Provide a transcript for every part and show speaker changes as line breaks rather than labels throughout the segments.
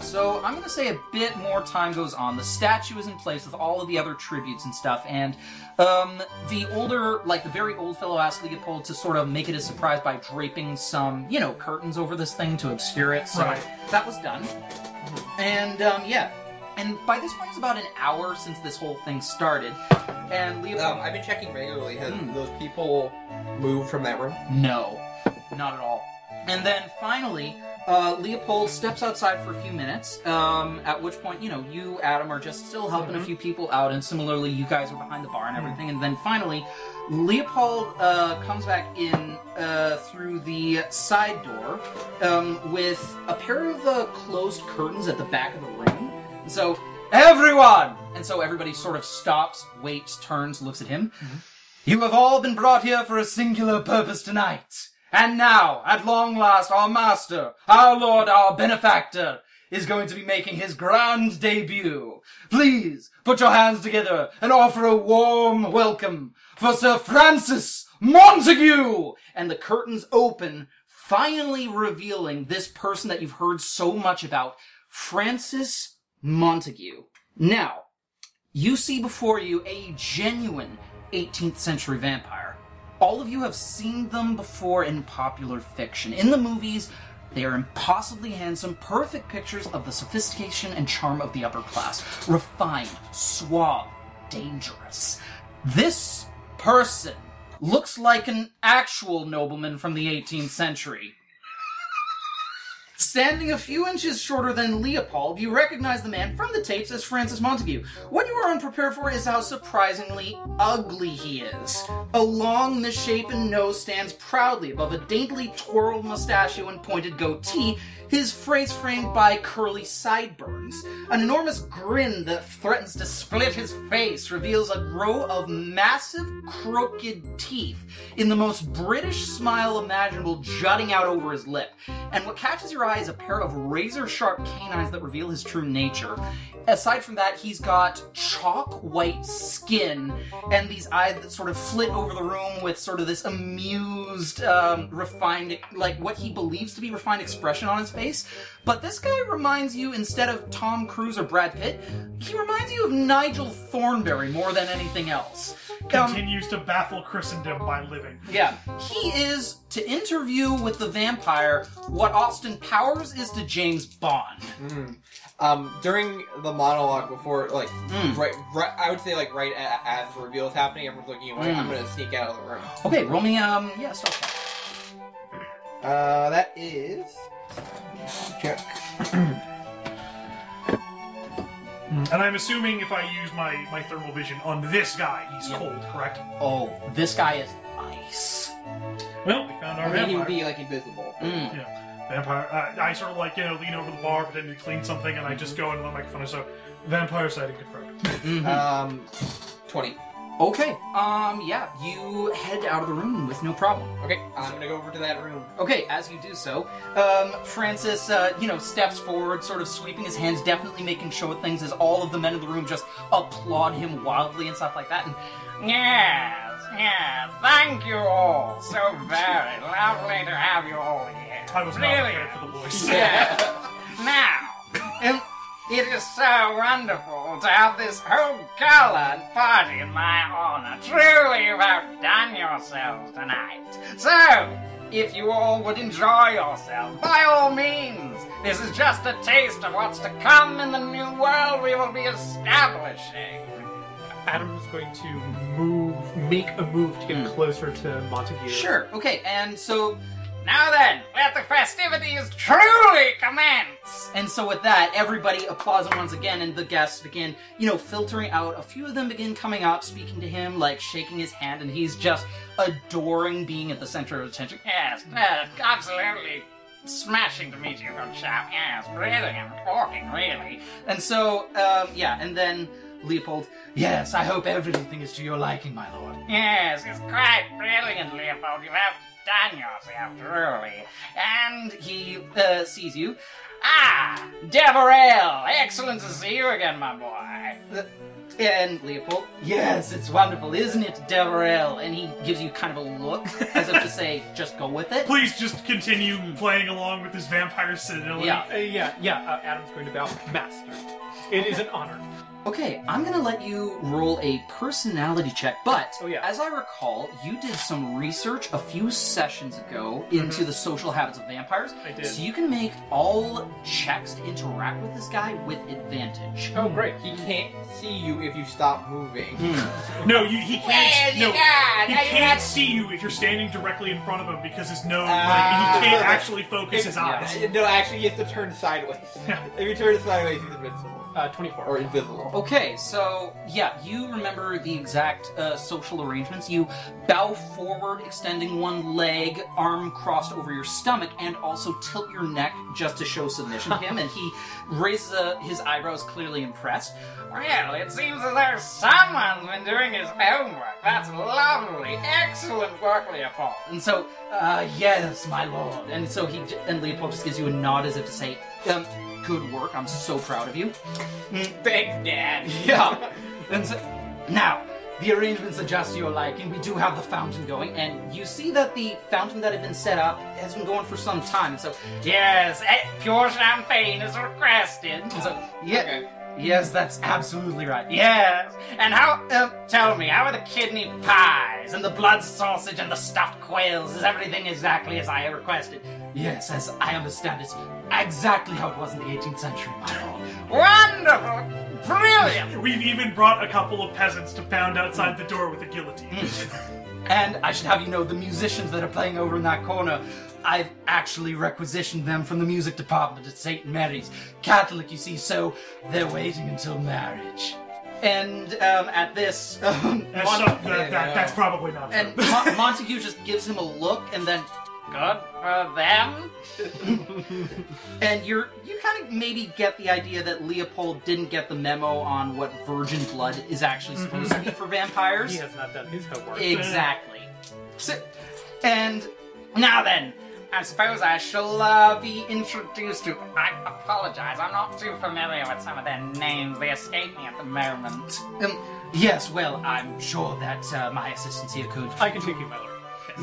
So I'm going to say a bit more time goes on. The statue is in place with all of the other tributes and stuff, and um, the older, like the very old fellow, asked Leopold to sort of make it a surprise by draping some, you know, curtains over this thing to obscure it. So
Right.
that was done, and um, yeah. And by this point, it's about an hour since this whole thing started. And
Um,
Leopold,
I've been checking regularly. Have
Hmm.
those people moved from that room?
no, not at all. And then finally, uh, Leopold steps outside for a few minutes, um, at which point, you know, you, Adam, are just still helping a few people out, and similarly, you guys are behind the bar and everything. And then finally, Leopold uh, comes back in uh, through the side door um, with a pair of uh, closed curtains at the back of the room. And so, everyone! And so everybody sort of stops, waits, turns, looks at him. You have all been brought here for a singular purpose tonight. And now, at long last, our master, our lord, our benefactor, is going to be making his grand debut. Please put your hands together and offer a warm welcome for Sir Francis Montague! And the curtains open, finally revealing this person that you've heard so much about, Francis Montague. Now, you see before you a genuine 18th century vampire. All of you have seen them before in popular fiction. In the movies, they are impossibly handsome, perfect pictures of the sophistication and charm of the upper class. Refined, suave, dangerous. This person looks like an actual nobleman from the 18th century. Standing a few inches shorter than Leopold, you recognize the man from the tapes as Francis Montague. What you are unprepared for is how surprisingly ugly he is. A long, misshapen nose stands proudly above a daintily twirled mustachio and pointed goatee, his face framed by curly sideburns. An enormous grin that threatens to split his face reveals a row of massive, crooked teeth in the most British smile imaginable jutting out over his lip. And what catches your eye is a pair of razor sharp canines that reveal his true nature. Aside from that, he's got chalk white skin and these eyes that sort of flit over the room with sort of this amused, um, refined, like what he believes to be refined expression on his face. But this guy reminds you, instead of Tom Cruise or Brad Pitt, he reminds you of Nigel Thornberry more than anything else. Um,
Continues to baffle Christendom by living.
yeah. He is to interview with the vampire what Austin Powers is to James Bond.
Um, during the monologue before, like,
Hmm.
right, right, I would say like right a- as the reveal is happening, everyone's looking away. I'm gonna sneak out of the room.
Okay, roll me um yeah, stop.
Uh, that is check.
And I'm assuming if I use my, my thermal vision on this guy, he's cold, correct?
Oh, this guy is ice.
Well, we found our
I mean, he would
vampire.
be like invisible.
Mm.
Yeah. Vampire. I, I sort of like, you know, lean over the bar, pretend to clean something, and I just go into the microphone. So, vampire sighting confirmed.
Um, twenty.
Uh, Okay. Um yeah, you head out of the room with no problem.
Okay, I'm gonna go over to that room.
Okay, as you do so, um, Francis, uh, you know, steps forward, sort of sweeping his hands, definitely making show of things as all of the men in the room just applaud him wildly and stuff like that. And yes, yes, thank you all. So very lovely to have you all here.
I was not prepared for the voice.
Yeah. now, um, it is so wonderful to have this whole gala and party in my honor. Truly, you have done yourselves tonight. So, if you all would enjoy yourselves, by all means, this is just a taste of what's to come in the new world we will be establishing.
Adam's going to move, make a move to get closer to Montague.
okay, and so. Now then, let the festivities truly commence! And so with that, everybody applauds him once again, and the guests begin, you know, filtering out. A few of them begin coming up, speaking to him, like shaking his hand, and he's just adoring being at the center of attention. Yes, absolutely smashing to meet you, good chap. Yes, breathing and talking, really. And so, um, yeah, and then Leopold, yes, I hope everything is to your liking, my lord. Yes, it's quite brilliant, Leopold. You have done yourself, truly. And he uh, sees you. Ah, Deverell! Excellent to see you again, my boy. And Leopold, yes, it's wonderful, isn't it, Deverell? And he gives you kind of a look as if to say, just go with it.
Please just continue
Hmm.
playing along with this vampire citadel.
Yeah.
Uh, yeah, yeah. Uh, Adam's going to bow. Master. It is an honor.
Okay, I'm gonna let you roll a personality check, but
Oh, yeah.
as I recall, you did some research a few sessions ago into the social habits of vampires.
I Mm-hmm. did.
So you can make all checks to interact with this guy with advantage.
Oh, great.
He can't see you if you stop moving.
Hmm.
No, you, he can't. no, he can't see you if you're standing directly in front of him because his nose, like, he can't
Ah.
actually focus his eyes.
No, actually, you have to turn sideways. if you turn sideways, he's invincible.
Uh, 24.
Or invisible.
Okay, so yeah, you remember the exact uh, social arrangements. You bow forward, extending one leg, arm crossed over your stomach, and also tilt your neck just to show submission to him. And he raises uh, his eyebrows, clearly impressed. Well, it seems as though someone's been doing his homework. That's lovely, excellent work, Leopold. And so, uh, yes, my lord. And so he j- and Leopold just gives you a nod as if to say, um, "Good work. I'm so proud of you."
Thanks, Dad.
Yeah. And so, now, the arrangements adjust to your liking. We do have the fountain going, and you see that the fountain that had been set up has been going for some time. And so, yes, eh, pure champagne is requested. And so, yeah.
Okay.
Yes, that's absolutely right. Yes. And how, um, tell me, how are the kidney pies and the blood sausage and the stuffed quails? Is everything exactly as I requested? Yes, as I understand it's exactly how it was in the 18th century, my lord. Wonderful! Brilliant!
We've even brought a couple of peasants to pound outside the door with a guillotine.
And I should have you know the musicians that are playing over in that corner. I've actually requisitioned them from the music department at St. Mary's. Catholic, you see, so they're waiting until marriage. And um, at this, um,
That's,
Mon-
so- that- that-
yeah.
that's probably not true.
and Mon- Montague just gives him a look, and then good for them. and you're you kind of maybe get the idea that Leopold didn't get the memo on what virgin blood is actually supposed to be
Mm-hmm.
for vampires.
He has not done his homework.
Exactly. So, and now then, I suppose I shall uh, be introduced to. I apologize, I'm not too familiar with some of their names. They escape me at the moment. Um, yes, well, I'm sure that uh, my assistants here could.
I can take you, my lord.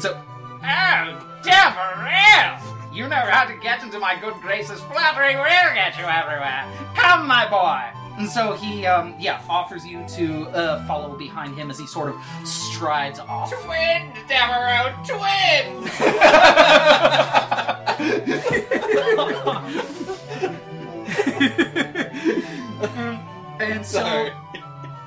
So, oh, Deverell! You know how to get into my good graces. Flattery will get you everywhere. Come, my boy. And so he, um, yeah, offers you to uh, follow behind him as he sort of strides off.
Twin, Devereaux, twin!
And so,
Sorry.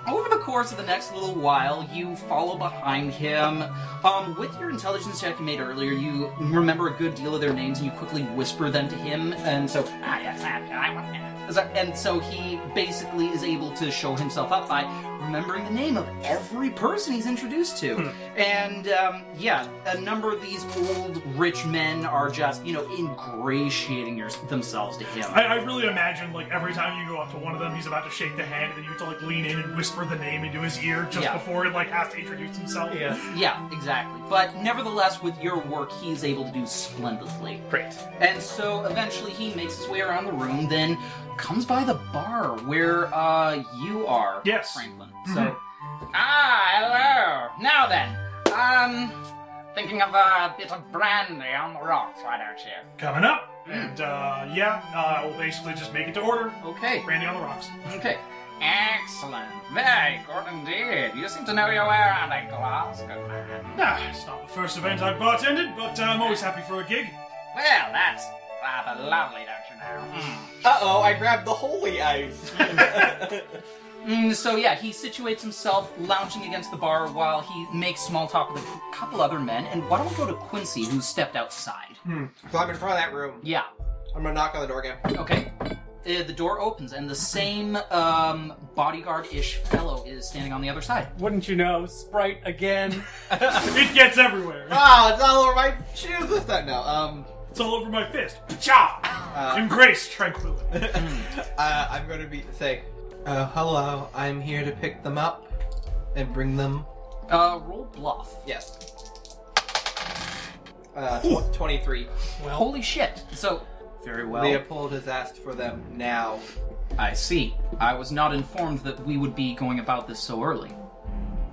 over the course of the next little while, you follow behind him. Um, with your intelligence check you made earlier, you remember a good deal of their names, and you quickly whisper them to him. And so, ah, yes, ah, yes, I want that. So- And so he basically is able to show himself up by remembering the name of every person he's introduced to. and um, yeah, a number of these old rich men are just, you know, ingratiating your- themselves to him.
I, I really imagine like every time you go up to one of them, he's about to shake the hand, and then you have to like lean in and whisper the name into his ear just
Yeah.
before he like has to introduce himself.
Yes.
Yeah, exactly. But nevertheless, with your work, he is able to do splendidly.
Great.
And so eventually he makes his way around the room, then comes by the bar where uh, you are,
Yes. Mm-hmm.
Franklin. So. Ah, hello! Now then, um, thinking of a bit of brandy on the rocks, why don't you?
Coming up, and uh, yeah, uh, we'll basically just make it to order.
Okay,
Randy on the rocks.
okay. Excellent. Very good indeed. You seem to know your way around a glass, good man.
Ah, it's not the first event I've bartended, but uh, I'm always happy for a gig.
Well, that's rather lovely, don't you know? Hmm.
Uh oh, I grabbed the holy ice.
Mm, so yeah, he situates himself lounging against the bar while he makes small talk with a couple other men. And why don't we go to Quincy, who stepped outside?
so I'm in front of that room.
Yeah.
I'm gonna knock on the door again.
Okay. Uh, the door opens, and the same um, bodyguard-ish fellow is standing on the other side.
Wouldn't you know? Sprite again.
It gets everywhere.
Ah, it's all over my shoes this time now. Um,
It's all over my fist. Cha! Embrace tranquility.
uh, I'm gonna be say, uh, hello. I'm here to pick them up and bring them.
Uh, roll bluff.
Yes. Uh, tw- 23.
Holy shit! So very well.
Leopold has asked for them now.
I see. I was not informed that we would be going about this so early.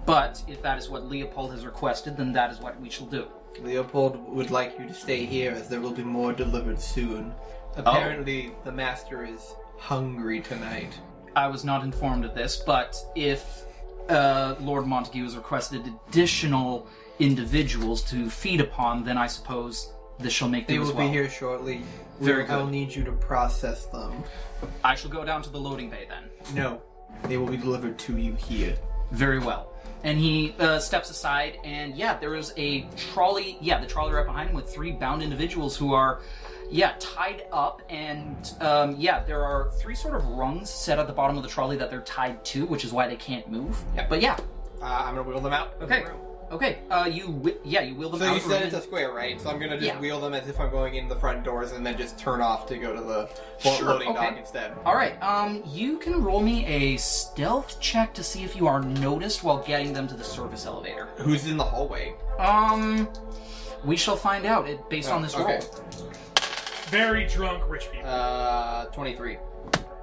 But if that is what Leopold has requested, then that is what we shall do.
Leopold would like you to stay here as there will be more delivered soon. Apparently, the master is hungry tonight.
I was not informed of this, but if uh, Lord Montague has requested additional individuals to feed upon, then I suppose this shall make
They
do as
will
well.
be here shortly.
Very
We'll- I'll
good.
need you to process them.
I shall go down to the loading bay then.
No, they will be delivered to you here.
Very well. And he uh, steps aside, and yeah, there is a trolley. Yeah, the trolley right behind him with three bound individuals who are, yeah, tied up. And um, yeah, there are three sort of rungs set at the bottom of the trolley that they're tied to, which is why they can't move.
Yep.
But yeah,
Uh, I'm gonna wheel them out. of the
Okay.
room.
okay. Uh, you, wi- yeah, you wheel them
So
out.
you
of the
said
room
it's a
and-
square, right? So I'm gonna just
Yeah.
wheel them as if I'm going in the front doors, and then just turn off to go to the lo-
Sure,
loading dock
okay.
instead.
All right. Um, you can roll me a stealth check to see if you are noticed while getting them to the service elevator.
Who's in the hallway?
Um, we shall find out it, based on this
Oh, okay.
Very drunk rich people.
Uh, 23.
roll.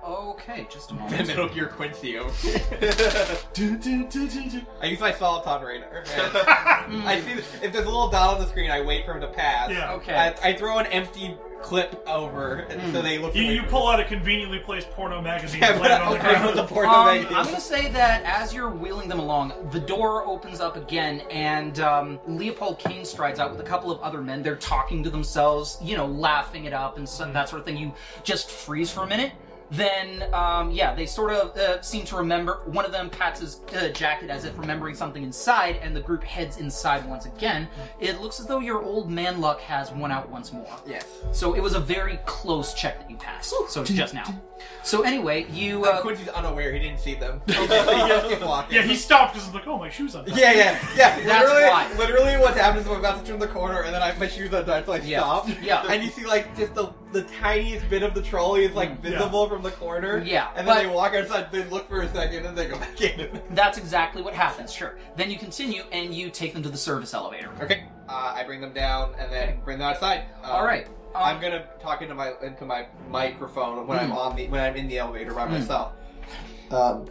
Okay, just a
The
moment.
Metal Gear Quincio.
Do, do, do, do, do.
I use my soliton radar. I see if there's a little dot on the screen, I wait for him to pass.
Yeah.
Okay. Hmm.
I, I throw an empty clip over, and so they look.
You,
away
you
from
pull
me.
out a conveniently placed porno magazine
Yeah,
and
but
lay it on
I'll
the
I'll put
ground.
the porn
Um,
away.
I'm gonna say that as you're wheeling them along, the door opens up again, and um, Leopold Kane strides out with a couple of other men. They're talking to themselves, you know, laughing it up and some, that sort of thing. You just freeze for a minute. Then, um, yeah, they sort of uh, seem to remember. One of them pats his uh, jacket as if remembering something inside, and the group heads inside once again. It looks as though your old man luck has won out once more.
Yes.
So it was a very close check that you passed. So it's just now. So anyway, you.
Uh,
Uh,
Quincy's unaware. He didn't see them. yeah,
Yeah, he stopped because he's like, oh, my shoes on.
Yeah, yeah, yeah.
That's
Literally,
why.
literally, what happens is I'm about to turn the corner, and then I my shoes undone, so I
Yeah.
stop.
Yeah.
And you see like just the the tiniest bit of the trolley is like
Yeah.
visible from the corner.
Yeah,
And
but-
then they walk outside, they look for a second, and they go back in.
That's exactly what happens, sure. Then you continue and you take them to the service elevator.
Okay. Uh, I bring them down and then bring them outside. Um,
All right. Um,
I'm gonna talk into my into my microphone when I'm
Hmm.
on the when I'm in the elevator by myself. Mm. Um,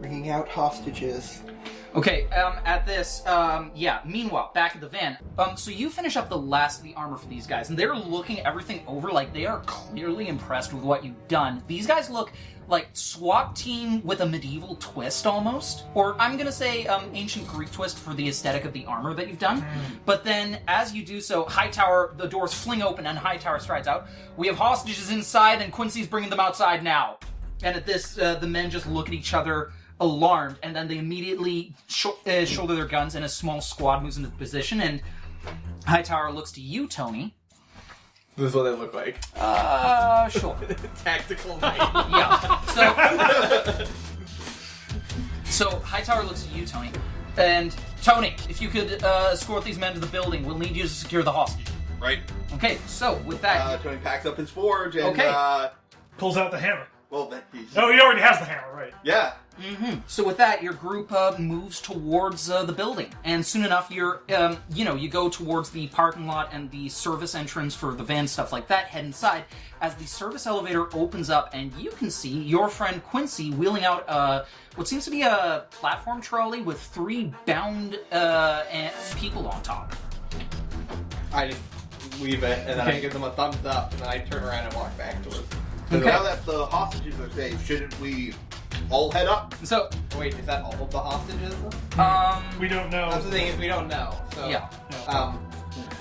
bringing out hostages.
Okay, um, at this, um, yeah, meanwhile, back at the van. Um, so you finish up the last of the armor for these guys, and they're looking everything over like they are clearly impressed with what you've done. These guys look like SWAT team with a medieval twist almost, or I'm gonna say um, ancient Greek twist for the aesthetic of the armor that you've done. But then as you do so, Hightower, the doors fling open and Hightower strides out. We have hostages inside, and Quincy's bringing them outside now. And at this, uh, the men just look at each other, alarmed, and then they immediately sho- uh, shoulder their guns, and a small squad moves into position. And Hightower looks to you, Tony.
This is what they look like.
Uh, sure.
Tactical night.
Yeah. So, so Hightower looks at you, Tony, and Tony, if you could uh, escort these men to the building, we'll need you to secure the hostage.
Right.
Okay. So with that,
Uh, Tony packs up his forge and
Okay.
uh,
Pulls out the hammer.
well, that- he's,
Oh, he already has the hammer, right?
yeah.
So with that, your group uh, moves towards uh, the building, and soon enough, you're um, you know you go towards the parking lot and the service entrance for the van stuff like that. Head inside as the service elevator opens up, and you can see your friend Quincy wheeling out uh, what seems to be a platform trolley with three bound uh, and people on top.
I just leave it, and then
Okay.
I give them a thumbs up, and then I turn around and walk back towards.
So
Okay.
now that the hostages are safe, shouldn't we all head up?
So
Wait, is that all of the hostages?
um,
We don't know.
That's the thing is we don't know. So
yeah.
Um.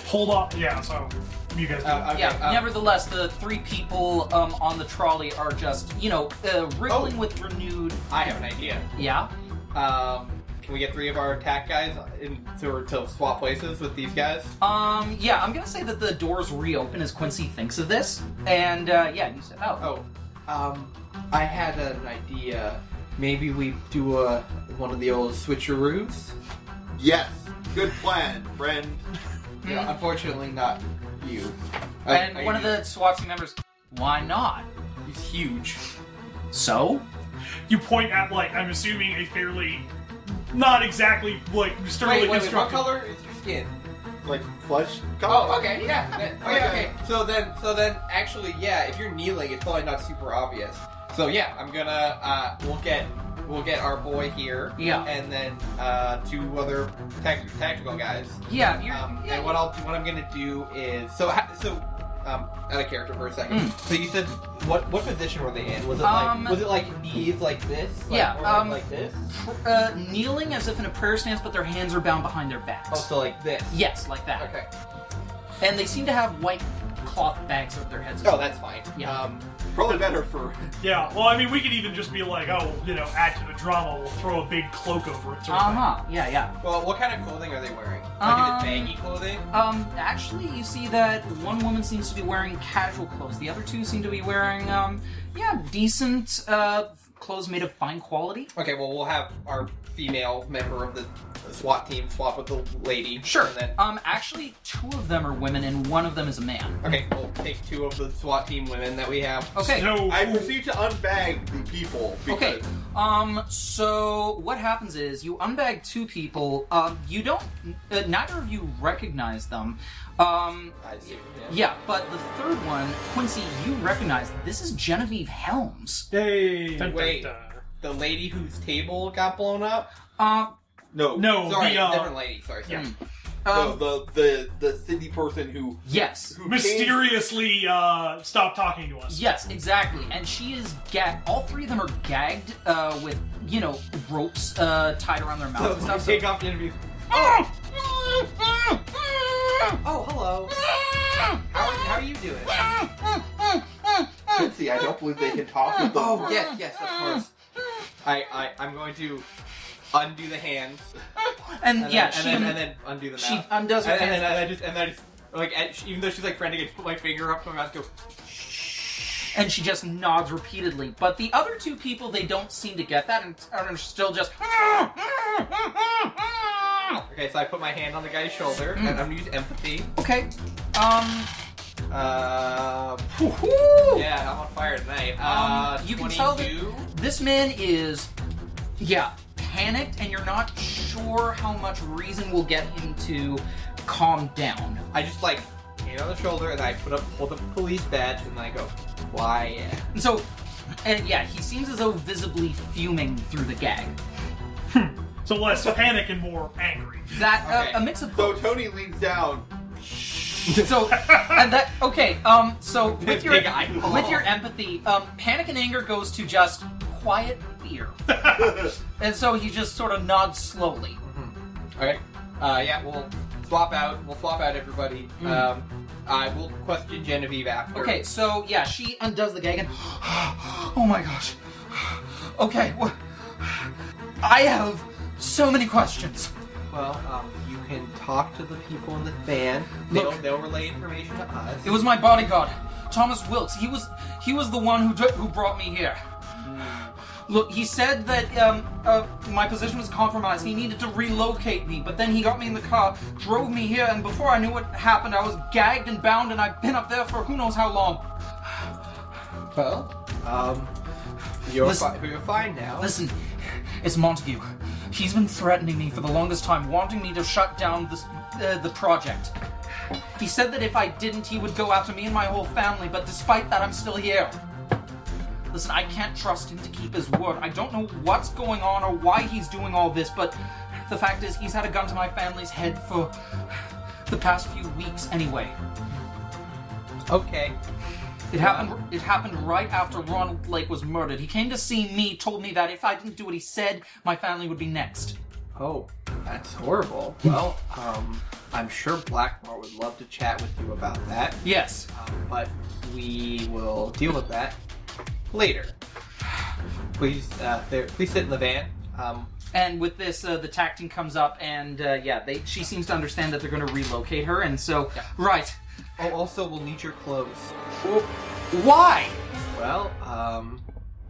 Hold up. Yeah, so you guys do
Uh,
that.
okay,
Yeah.
um,
nevertheless, the three people um, on the trolley are just, you know, uh, wriggling
Oh.
with renewed.
I have an idea.
Yeah.
Um, can we get three of our attack guys in, to, to swap places with these guys?
Um, yeah, I'm gonna say that the doors reopen as Quincy thinks of this, and uh, yeah, you step out.
Oh, um, I had an idea. Maybe we do a, one of the old switcheroos.
Yes. Good plan, friend.
Yeah, unfortunately, not you. I-
and
I-
one of the SWAT team members, why not?
he's huge.
So,
You point at, like, I'm assuming a fairly. Not exactly, like,
Wait, wait,
sternly
wait, what
constructed.
color is your skin?
Like flesh.
Oh, okay, yeah. that- okay,
Okay.
okay. So then, so then, actually, yeah. If you're kneeling, it's probably not super obvious. So yeah, I'm gonna uh, we'll get we'll get our boy here.
Yeah.
And then uh, two other tac- tactical guys.
Yeah, you're.
Um,
yeah,
and what I'll what I'm gonna do is so ha- so um, out of character for a second.
Mm.
So you said what what position were they in? Was it like
Um,
was it like knees like this? Like,
yeah,
or like,
um,
like this.
uh, kneeling as if in a prayer stance, but their hands are bound behind their backs.
Oh, so like this.
Yes, like that.
Okay.
And they seem to have white cloth bags over their heads. as
Oh,
well.
that's fine.
Yeah.
Um,
Probably better for.
Yeah, well, I mean, we could even just be like, oh, you know, add to the drama, we'll throw a big cloak over it. Sort of
Uh
Uh-huh.
thing.
huh. Yeah, yeah.
well, what kind of clothing are they wearing? Like
Um,
is it baggy clothing?
Um, actually, you see that one woman seems to be wearing casual clothes. The other two seem to be wearing, um, yeah, decent uh, clothes made of fine quality.
Okay, well, we'll have our female member of the SWAT team swap with the lady.
Sure.
And then,
Um, actually, two of them are women and one of them is a man.
okay, we'll take two of the SWAT team women that we have.
Okay.
So,
I proceed to unbag the people because
Okay. Um. So what happens is you unbag two people. Um. You don't. Uh, neither of you recognize them. Um.
I see.
Yeah. But the third one, Quincy, you recognize. This is Genevieve Helms.
Hey.
Dun, dun,
Wait.
dun.
The lady whose table got blown up.
Um.
no,
No,
Sorry,
the, uh,
different lady. Sorry. sorry.
Hmm.
yeah.
no,
um
the the the city person who
yes.
who changed-
mysteriously uh, stopped talking to us.
Yes, exactly. And she is gag. All three of them are gagged uh, with, you know, ropes uh, tied around their mouths
So,
and stuff. Ah!
take off the interview. Oh, hello. How are, how are you doing?
Quincy. I don't believe they can talk with them.
Uh,
Oh, yes, yes, of course. I, I, I'm going to undo the hands.
And,
And
yeah,
then,
she
and, then, and then undo the mouth.
she undoes her
and, and,
hands.
and, I just and I just like and she, even though she's like frantic, I just put my finger up to my mouth and go.
and she just nods repeatedly. But the other two people, they don't seem to get that and are still just.
Okay, so I put my hand on the guy's shoulder
Mm.
and I'm gonna use empathy.
Okay. Um.
Uh,
whew.
yeah, I'm on fire tonight. Uh,
Um, you can tell that-
22?
This man is, yeah, panicked, and you're not sure how much reason will get him to calm down.
I just like hand on the shoulder and I put up hold up the police badge and I go quiet.
And so, and yeah, he seems as though visibly fuming through the gag.
So less panic and more angry.
That
Okay.
uh, a mix of
So
both.
Tony leans down.
So, and that okay. Um, so with your
Big eyeball.
with your empathy, um, panic and anger goes to just quiet fear, and so he just sort of nods slowly.
Okay. Uh, yeah, we'll swap out. We'll swap out everybody.
Mm.
Um, I will question Genevieve after.
Okay, so yeah, she undoes the gag and oh my gosh. Okay, wha- I have so many questions.
Well, um, you can talk to the people in the van. They'll,
Look.
they'll relay information to us.
It was my bodyguard, Thomas Wilkes. He was he was the one who dr- who brought me here. Look, he said that um, uh, my position was compromised. He needed to relocate me, but then he got me in the car, drove me here, and before I knew what happened, I was gagged and bound, and I've been up there for who knows how long.
well. Um, you're,
Listen.
fi- you're fine now.
Listen, it's Montague. He's been threatening me for the longest time, wanting me to shut down this, uh, the project. He said that if I didn't, he would go after me and my whole family, but despite that, I'm still here. Listen, I can't trust him to keep his word. I don't know what's going on or why he's doing all this, but the fact is, he's had a gun to my family's head for the past few weeks anyway.
Okay.
It happened. It happened right after Ronald Blake was murdered. He came to see me, told me that if I didn't do what he said, my family would be next.
Oh, that's horrible. Well, um, I'm sure Blackmore would love to chat with you about that,
Yes.
um, but we will deal with that later. Please, uh, there, please sit in the van. Um,
And with this, uh, the tag team comes up, and uh, yeah, they, she seems to understand that they're going to relocate her, and so right.
oh, also, we'll need your clothes.
Why?
Well, um,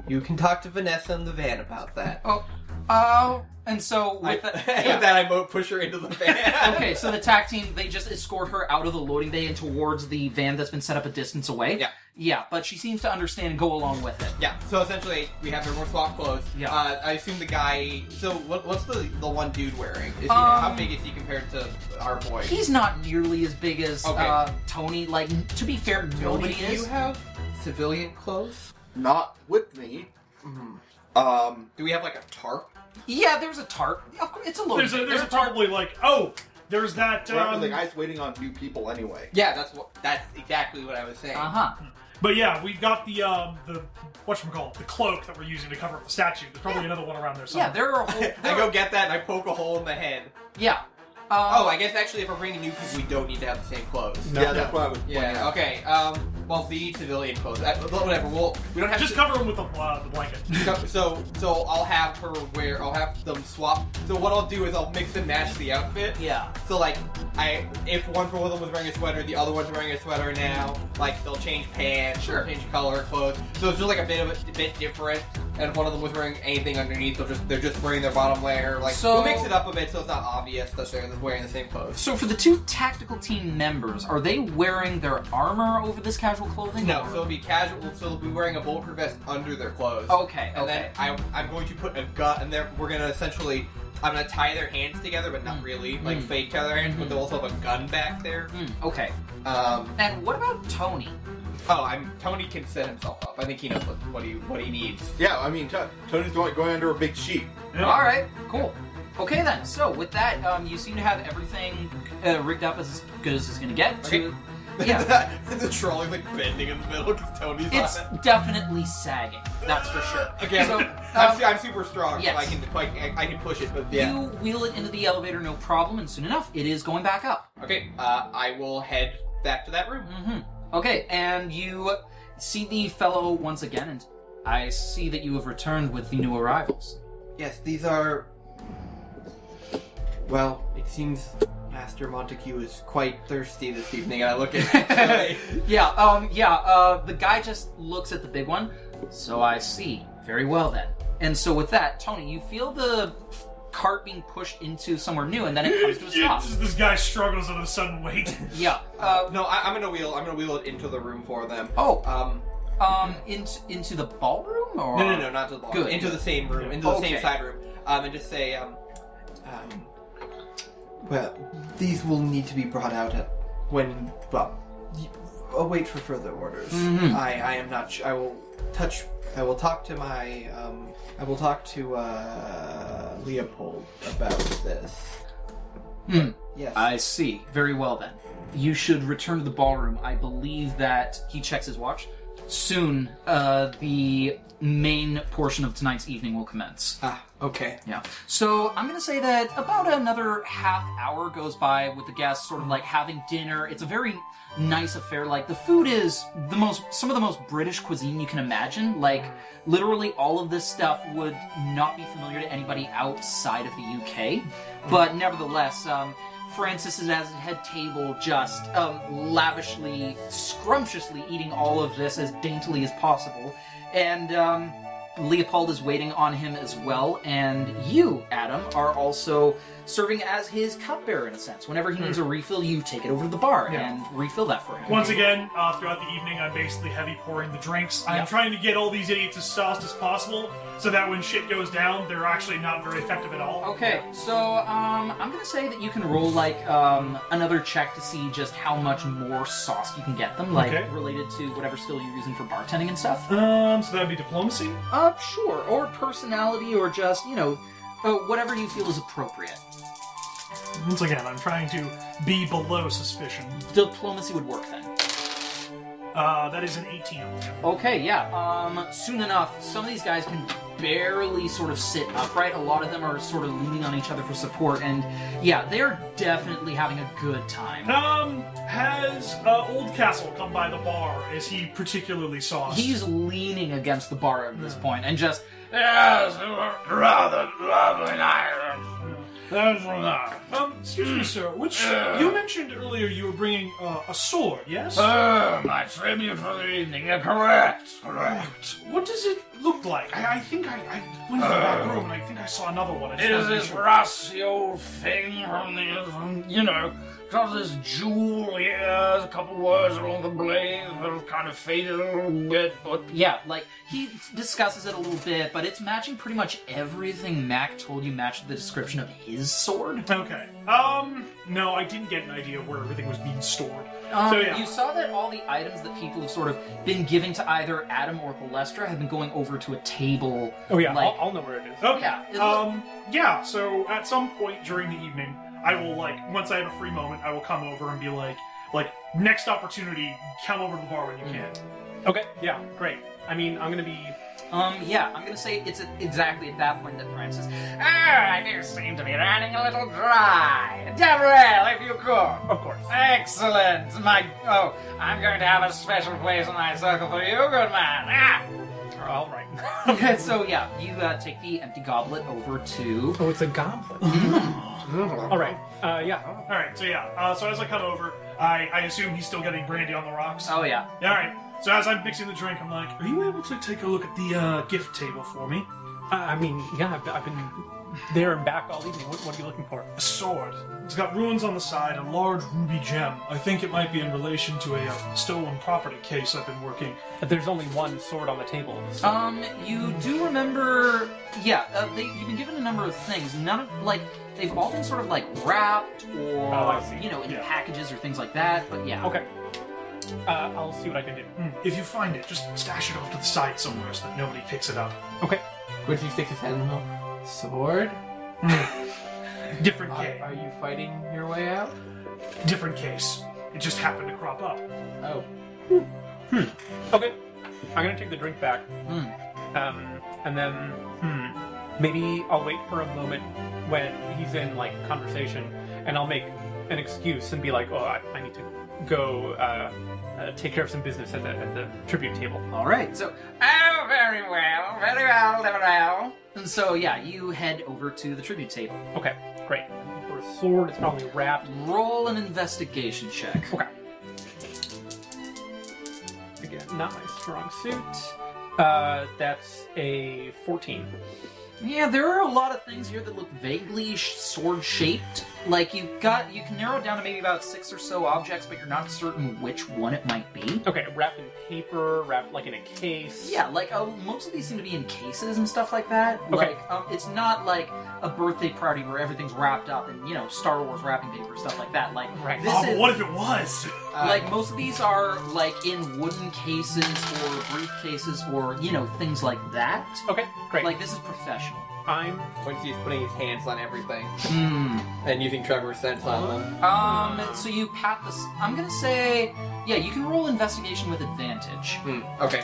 you can talk to Vanessa in the van about that.
Oh, oh, and so
I,
with that.
with that, I both push her into the van.
Okay, so the tag team they just escort her out of the loading bay and towards the van that's been set up a distance away.
Yeah.
Yeah, but she seems to understand and go along with it.
Yeah. So essentially, we have everyone swap clothes.
Yeah.
Uh, I assume the guy. So what, what's the the one dude wearing? Is he,
Um,
how big is he compared to our boy?
He's not nearly as big as
Okay.
uh, Tony. Like, to be fair,
Tony,
nobody
do you
is.
have civilian clothes?
not with me.
Mhm.
Um,
Do we have like a tarp?
Yeah, there's a tarp. Of course, it's a little.
There's a, there's a probably like oh there's that.
we're out with the
Um,
guys waiting on new people anyway.
Yeah, that's what. That's exactly what I was saying.
Uh huh.
but yeah, we've got the um the whatchamacallit, the cloak that we're using to cover up the statue. There's probably another one around there
Yeah,
somewhere.
there are. A whole,
I go get that and I poke a hole in the head.
yeah. Um,
Oh, I guess actually, if we're bringing new people, we don't need to have the same clothes.
No,
yeah,
no.
that's what I was. pointing
Yeah.
out.
Okay. Um. Well, the civilian clothes. I, but whatever. We'll. We don't have
Just
to.
cover them with the, uh, the blanket.
So, so so I'll have her wear. I'll have them swap. So what I'll do is I'll mix and match the outfit.
yeah.
So like I, if one one of them was wearing a sweater, the other one's wearing a sweater now. Like they'll change pants,
Sure.
they'll change color clothes. So it's just like a bit of a, a bit different. And if one of them was wearing anything underneath, they'll just they're just wearing their bottom layer. Like
So-
we'll mix it up a bit so it's not obvious that they're wearing the same clothes.
So for the two tactical team members, are they wearing their armor over this casual clothing?
No, so it'll be casual. So they'll be wearing a bulletproof vest under their clothes.
Okay.
And
Okay.
then I, I'm going to put a gut, and there we're gonna essentially, I'm gonna tie their hands together, but not really, like
Mm.
fake tie their hands, but they'll also have a gun back there.
Hmm, okay.
Um,
And what about Tony?
Oh, I'm Tony can set himself up. I think he knows what, what he what he needs.
Yeah, I mean, t- Tony's going, going under a big sheet.
Yeah.
All right, cool. Okay then. So with that, um, you seem to have everything uh, rigged up as good as it's gonna get. To yeah,
the trolley's like bending in the middle because Tony's
it's
on
definitely sagging. That's for sure.
it. Again,
So,
I'm,
um,
su- I'm super strong,
yes.
so I can like, I, I can push it. But yeah,
You wheel it into the elevator, no problem, and soon enough, it is going back up.
okay, uh, I will head back to that room.
hmm Okay, and you see the fellow once again, and I see that you have returned with the new arrivals.
Yes, these are. Well, it seems Master Montague is quite thirsty this evening, and I look at.
Yeah, um, yeah, uh, the guy just looks at the big one. So I see. Very well then. And so with that, Tony, you feel the cart being pushed into somewhere new, and then it comes to a
Yeah,
stop.
this, this guy struggles under the sudden weight.
Yeah. Uh,
no, I, I'm gonna wheel. I'm gonna wheel it into the room for them.
oh,
Um,
um, into into the ballroom or
No, no, no, not to the bar.
Good.
Into the same room, into the
Okay.
same side room, um, and just say, um, um, well, these will need to be brought out at when. Well, y- await for further orders.
Mhm.
I, I am not. Sh- I will touch. I will talk to my. Um, I will talk to uh, Leopold about this.
Hmm.
Yes.
I see. Very well then. You should return to the ballroom. I believe that he checks his watch. Soon, uh, the main portion of tonight's evening will commence.
ah, okay.
Yeah. So I'm going to say that about another half hour goes by with the guests sort of like having dinner. It's a very nice affair. Like the food is the most some of the most British cuisine you can imagine. Like literally all of this stuff would not be familiar to anybody outside of the UK. But nevertheless, um Francis is at his head table, just um, lavishly, scrumptiously eating all of this as daintily as possible. And um, Leopold is waiting on him as well, and you, Adam, are also serving as his cupbearer in a sense. Whenever he needs a refill, you take it over to the bar
Hmm. Yeah.
and refill that for him.
Once again, uh, throughout the evening, I'm basically heavy pouring the drinks. I'm
Yeah.
trying to get all these idiots as sauced as possible, so that when shit goes down, they're actually not very effective at all.
Okay, so um, I'm gonna say that you can roll like um, another check to see just how much more sauce you can get them, like
Okay.
related to whatever skill you're using for bartending and stuff.
Um, so that'd be diplomacy.
Uh, sure, or personality, or just you know, uh, whatever you feel is appropriate.
Once again, I'm trying to be below suspicion.
Diplomacy would work then.
Uh, that is an 18.
Okay, yeah. Um, soon enough, some of these guys can barely sort of sit upright. A lot of them are sort of leaning on each other for support, and yeah, they're definitely having a good time.
Um, has uh, Oldcastle come by the bar? Is he particularly sauced?
He's leaning against the bar at this point and just
Um, excuse me, sir. Which you mentioned earlier you were bringing uh, a sword, yes?
Oh, my tribute for the evening. You're correct. Correct.
what does it look like? I, I think I, I went to the back room and I think I saw another one. I just
Is
wanna be
this
sure.
rusty old thing from the, from, you know, got this jewel here, a couple words along the blade that have kind of faded a little bit, but
yeah, like he discusses it a little bit, but it's matching pretty much everything Mac told you matched the description of his sword.
Okay. Um, no, I didn't get an idea of where everything was being stored.
Um,
So, yeah.
You saw that all the items that people have sort of been giving to either Adam or Thalestra have been going over to a table.
Oh yeah,
Like-
I'll, I'll know where it is. Oh,
Okay.
Yeah, it
Um, yeah, so at some point during the evening, I will, like, once I have a free moment, I will come over and be like, like, next opportunity, come over to the bar when you can.
Okay, yeah, great. I mean, I'm gonna be.
Um, yeah, I'm gonna say it's at, exactly at that point that Brian says,
Ah, I do seem to be running a little dry. Deborah, if you could.
Of course.
Excellent. My oh, I'm going to have a special place in my circle for you, good man. Ah. All right.
Okay, so yeah, you uh, take the empty goblet over to.
Oh, it's a goblin. All right. Uh, yeah.
Alright, so yeah, uh, so as I come over, I, I assume he's still getting brandy on the rocks.
Oh yeah,
Alright, so as I'm mixing the drink, I'm like, are you able to take a look at the, uh, gift table for me?
Uh, I mean, yeah. I've, I've been there and back all evening. What, what are you looking for?
a sword. It's got ruins on the side, a large ruby gem. I think it might be in relation to a uh, stolen property case I've been working.
There's only one sword on the table. So
Um, you do remember, yeah, uh, they, you've been given a number of things. None of, like, they've all been sort of, like, wrapped or,
Oh, I see.
you know, in
Yeah.
packages or things like that, but yeah.
okay. Uh, I'll see what I can do.
Hmm, If you find it, just stash it off to the side somewhere so that nobody picks it up.
Okay.
Where do you stick this animal? Sword?
Hmm. Different
Are,
case.
are you fighting your way out?
Different case. It just happened to crop up.
Oh.
Okay. I'm gonna take the drink back. Um, and then, hmm, maybe I'll wait for a moment when he's in like conversation, and I'll make an excuse and be like, "Oh, I, I need to go uh, uh, take care of some business at the, at the tribute table."
All right, so,
Oh, very well, very well, Deborah.
and so, yeah, you head over to the tribute table.
Okay, great. For a sword, it's probably wrapped.
Roll an investigation check.
Okay. Again, not my strong suit. Uh, that's a 14.
Yeah, there are a lot of things here that look vaguely sh- sword shaped. Like you have got, you can narrow it down to maybe about six or so objects, but you're not certain which one it might be.
Okay, wrapped in paper, wrapped like in a case.
Yeah, like uh, most of these seem to be in cases and stuff like that.
Okay.
Like, um, it's not like a birthday party where everything's wrapped up in you know Star Wars wrapping paper stuff like that. Like
Right.
this
oh, but
is
what if it was?
Uh,
like most of these are like in wooden cases or briefcases or you know things like that.
Okay, great.
Like this is professional.
I'm
Quincy is putting his hands on everything
Hmm.
and using Trevor's sense on them.
Um. So you pat this. I'm gonna say, yeah, you can roll investigation with advantage.
Hmm, okay.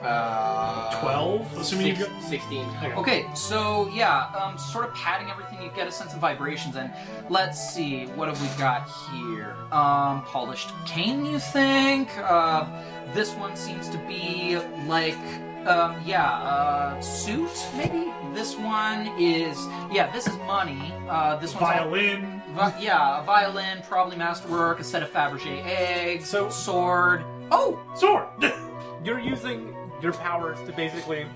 Uh,
12? Assuming you
Six,
go.
16.
Okay, so yeah, um, sort of patting everything, you get a sense of vibrations, and let's see, what have we got here? Um, polished cane, you think? Uh, this one seems to be like, um, yeah, uh, suit, maybe? This one is, yeah, this is money. Uh, this one's all-
Violin.
Vi- yeah, a violin, probably masterwork, a set of Fabergé eggs,
So-
sword. Oh,
Sword!
You're using your powers to basically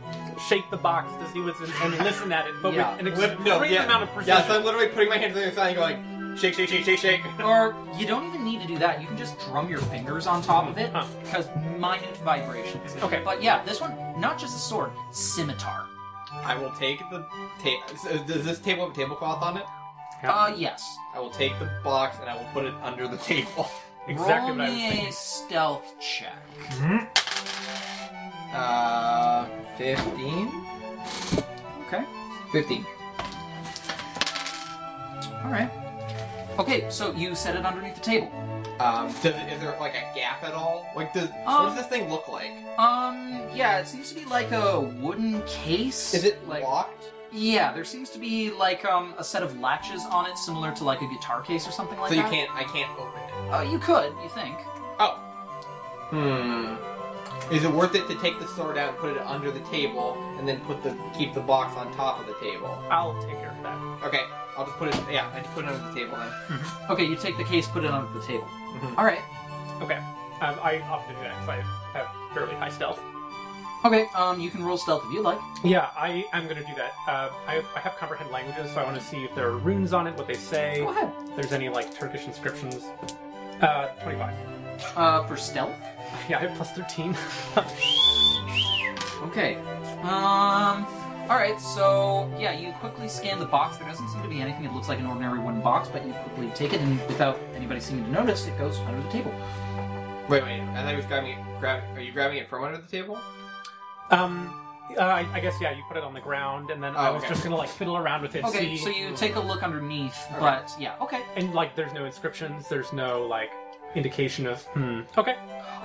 shake the box to see what's in and listen at it, but
Yeah.
with an
Lip-
extreme
no, yeah.
amount of precision.
Yeah, so I'm literally putting my hands on the side and going, shake, shake, shake, shake, shake.
Or you don't even need to do that. You can just drum your fingers on top of it
Huh.
because minute vibrations.
Okay.
But yeah, this one not just a sword, scimitar.
I will take the table. Does this table have a tablecloth on it?
Yeah.
Uh, yes.
I will take the box and I will put it under the table.
exactly
Roll
what I was
me
thinking.
a stealth check.
Uh, 15?
Okay.
15.
All right. Okay, so you set it underneath the table.
Um, does, is there like a gap at all? Like, does, what
Um,
does this thing look like?
Um, yeah, it seems to be like a wooden case.
Is it
like?
locked?
Yeah, there seems to be like um a set of latches on it, similar to like a guitar case or something like
so you
that.
can't, I can't open it.
Uh, you could, you think?
Hmm. Is it worth it to take the sword out and put it under the table and then put the keep the box on top of the table?
I'll take care of that.
Okay, I'll just put it. Yeah, I just put it under the table then.
Okay, you take the case, put it under the table.
Mm-hmm.
All right.
Okay. Um, I often do that because I have fairly high stealth.
Okay, um, you can roll stealth if you like.
Yeah, I am going to do that. Uh, I, I have comprehend languages, so I want to see if there are runes on it, what they say,
Go ahead.
if there's any like Turkish inscriptions. Uh, 25.
Uh, for stealth.
Yeah, I have plus 13.
Okay. Um, All right, so yeah, you quickly scan the box. There doesn't seem to be anything. It looks like an ordinary wooden box, but you quickly take it, and without anybody seeming to notice, it goes under the table.
Wait, wait. And Oh, I was grabbing it. Grab, are you grabbing it from under the table?
Um, uh, I, I guess yeah. You put it on the ground, and then I
Oh,
was
okay.
just gonna like fiddle around with it.
Okay,
see,
so you take a look underneath,
Okay.
but yeah, okay.
and like there's no inscriptions. There's no like indication of. Hmm. Okay.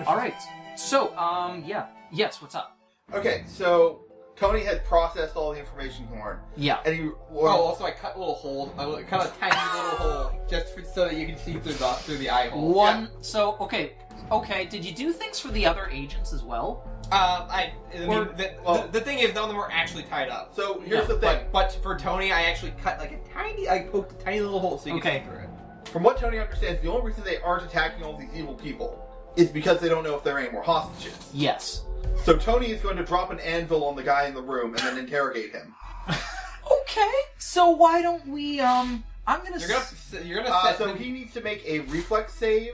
All right, so um, yeah, yes, what's up?
Okay, so Tony has processed all the information horn,
Yeah,
and he
Oh,
well,
also I cut a little hole, a little, cut a tiny little hole, just for, so that you can see through the through the eye hole.
one. So okay, okay. Did you do things for the other agents as well?
Um, I, I mean,
Or-
the,
well-
the, the thing is, none of them were actually tied up.
So here's the thing.
But, but for Tony, I actually cut like a tiny, I poked a tiny little hole so you
Okay.
can see through it.
From what Tony understands, the only reason they aren't attacking all these evil people is because they don't know if there are any more hostages.
Yes.
So Tony is going to drop an anvil on the guy in the room and then interrogate him.
Okay, so why don't we? Um, I'm gonna.
You're gonna,
s-
s- you're gonna
Uh,
set.
so he needs to make a reflex save,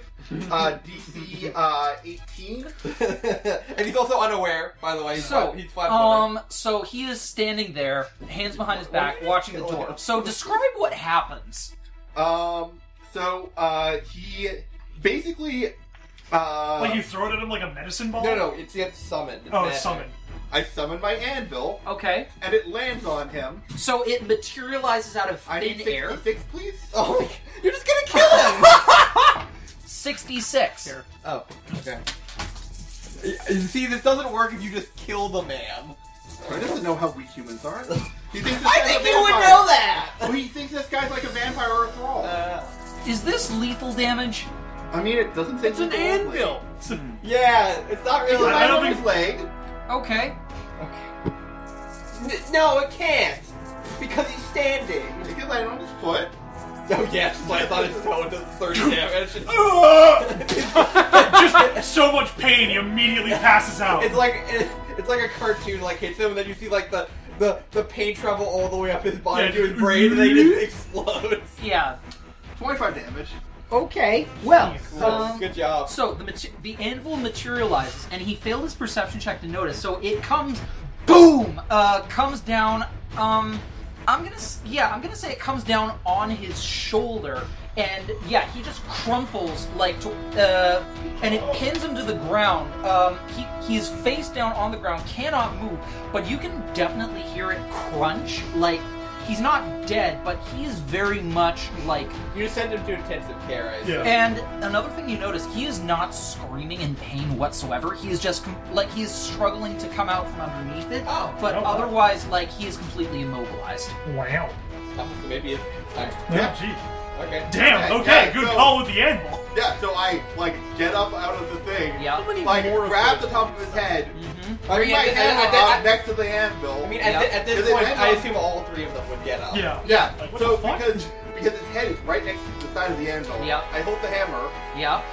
uh, DC uh, 18.
and he's also unaware, by the way. He's
So,
flat- he's flat
um, so he is standing there, hands behind his back, watching the door. So describe what happens.
Um, so uh, he basically. Uh,
like you throw it at him like a medicine ball.
No, no, it's yet summoned. It's
Oh,
that-
it's summon.
I summon my anvil,
Okay,
and it lands on him.
so it materializes out of
I need
thin air.
66, please.
Oh, my, you're just gonna kill him.
Sixty-six.
Here.
oh, okay. Y- You see, this doesn't work if you just kill the man.
He doesn't know how weak humans are. He thinks this
I
guy's
think
a
you would
vampire.
know that.
Well, he thinks this guy's like a vampire or a thrall.
Uh,
Is this lethal damage?
I mean, it doesn't say
it's an
he's lonely.
anvil. Yeah, it's not
He
really.
lands
I don't
on
think-
his leg.
Okay.
N- no, it can't because he's standing.
He can land on his foot.
Oh yes, I thought his toe does thirty damage.
Just so much pain, he immediately passes out.
It's like it's like a cartoon like hits him, and then you see like the the, the pain travel all the way up his body
Yeah.
to his brain, and then he just explodes.
Yeah.
25 damage.
Okay. Well.
So, good job.
Uh, So the mate- the anvil materializes, and he failed his perception check to notice. So it comes, boom, uh, comes down. Um, I'm gonna s- yeah, I'm gonna say it comes down on his shoulder, and yeah, he just crumples like to, uh, and it pins him to the ground. Um, he he is face down on the ground, cannot move, but you can definitely hear it crunch. Like he's not dead, but he is very much like
You just send him to intensive care. I assume.
Yeah.
and another thing you notice, he is not screaming in pain whatsoever. He is just com- like he is struggling to come out from underneath it.
Oh,
But
Oh, wow.
otherwise, like he is completely immobilized.
wow.
Oh, so maybe it's alright,
Yeah. Gee.
okay.
Damn.
Okay,
Okay.
yeah,
good
so-
call with the anvil.
Yeah, so I, like, get up out of the thing.
Yeah.
Like,
more of
grab
those?
the top of his head.
hmm
I
Bring
mean,
my
at, thi-
hand
at, thi-
up
at-
next to the anvil.
I mean, at, thi- at
Yeah.
this point, I assume all three of them would get up.
Yeah.
Yeah,
Like, what
so
the fuck?
because because his head is right next to the side of the anvil,
Yeah.
I hold the hammer.
Yeah.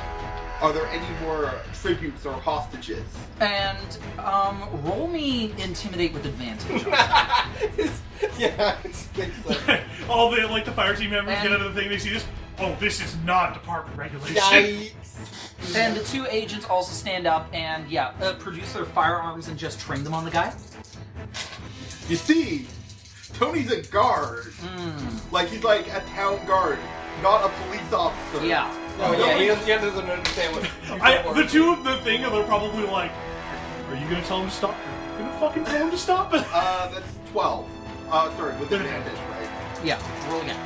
Are there any more tributes or hostages?
And um, roll me intimidate with advantage.
It's- yeah. I just think so.
All the like the fire team members
And-
get out of the thing. They see this. Oh, this is not department regulation.
Yikes.
and the two agents also stand up and yeah, uh, produce their firearms and just train them on the guy.
You see, Tony's a guard.
Mm,
Like he's like a town guard, not a police officer.
yeah.
Oh yeah, he doesn't, he doesn't understand what.
I, the two of the thing, and they're probably like, "Are you gonna tell him to stop? You're gonna fucking tell him to stop it."
Uh, that's twelve. Uh, sorry, with advantage, right?
Yeah. Roll again.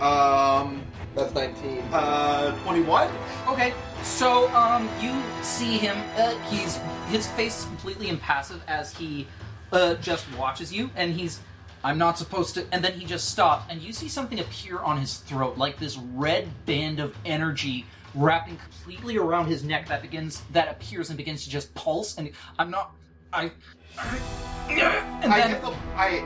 Um,
That's nineteen.
uh, twenty-one.
Okay, so um, you see him. Uh, he's his face is completely impassive as he uh, just watches you, and he's. I'm not supposed to. And then he just stops, and you see something appear on his throat, like this red band of energy wrapping completely around his neck that begins that appears and begins to just pulse. And I'm not. I. I and
I
then
hit the, I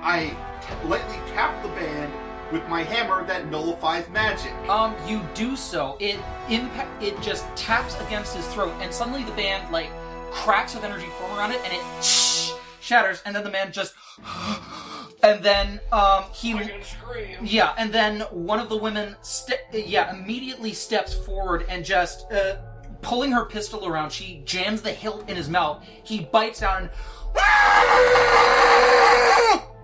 I t- lightly tap the band with my hammer that nullifies magic.
Um, you do so. It impact. It just taps against his throat, and suddenly the band like cracks with energy form around it, and it shatters. And then the man just, and then um he yeah, and then one of the women, ste- yeah, immediately steps forward and just uh, pulling her pistol around. She jams the hilt in his mouth. He bites down and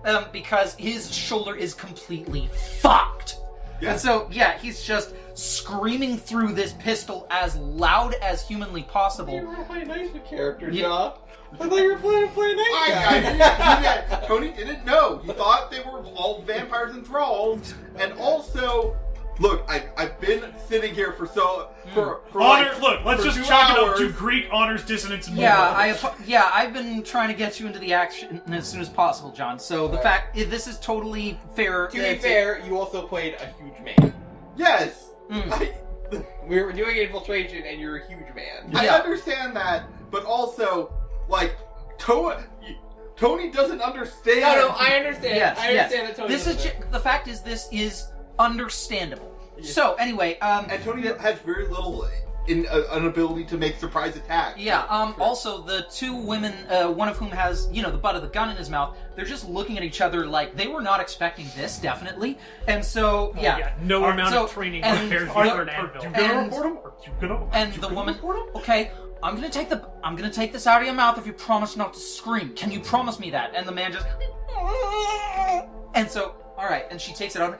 um, because his shoulder is completely fucked. And so, yeah, he's just screaming through this pistol as loud as humanly
You
possible.
were playing nice with character,
Yeah.
John. I thought you were playing play nice
I, I
guy.
didn't, he didn't- Tony didn't know. He thought they were all vampires and thralls. And also, look, I, I've been sitting here for so for, for
Honor,
like-
look, let's
for
just
two
chalk it up to
hours.
Greek honors dissonance and
Yeah,
moral.
I apo- yeah, I've been trying to get you into the action as soon as possible, John. So the fact this is totally fair.
To be
It's-
fair, you also played a huge man.
Yes,
Mm.
I,
We were doing infiltration, and you're a huge man.
I
Yeah.
understand that, but also, like, to- Tony doesn't understand.
No, no, I understand.
Yes,
I understand that
yes.
Tony.
This is
doesn't.
ju- the fact is this is understandable.
Yeah.
So anyway, um,
and Tony has very little in uh, an ability to make surprise attacks.
Yeah. Um. Also, the two women, uh, one of whom has you know the butt of the gun in his mouth, they're just looking at each other like they were not expecting this, definitely. And
Oh,
so, yeah.
no
Uh,
amount
so-
of training
and-
prepares you
Are-
for an
Are
anvil.
you gonna
And-
report him? Are you gonna?
And
you
the
gonna
woman,
report him?
okay, I'm gonna take the, I'm gonna take this out of your mouth if you promise not to scream. Can you promise me that? And the man just, and so, all right, and she takes it out,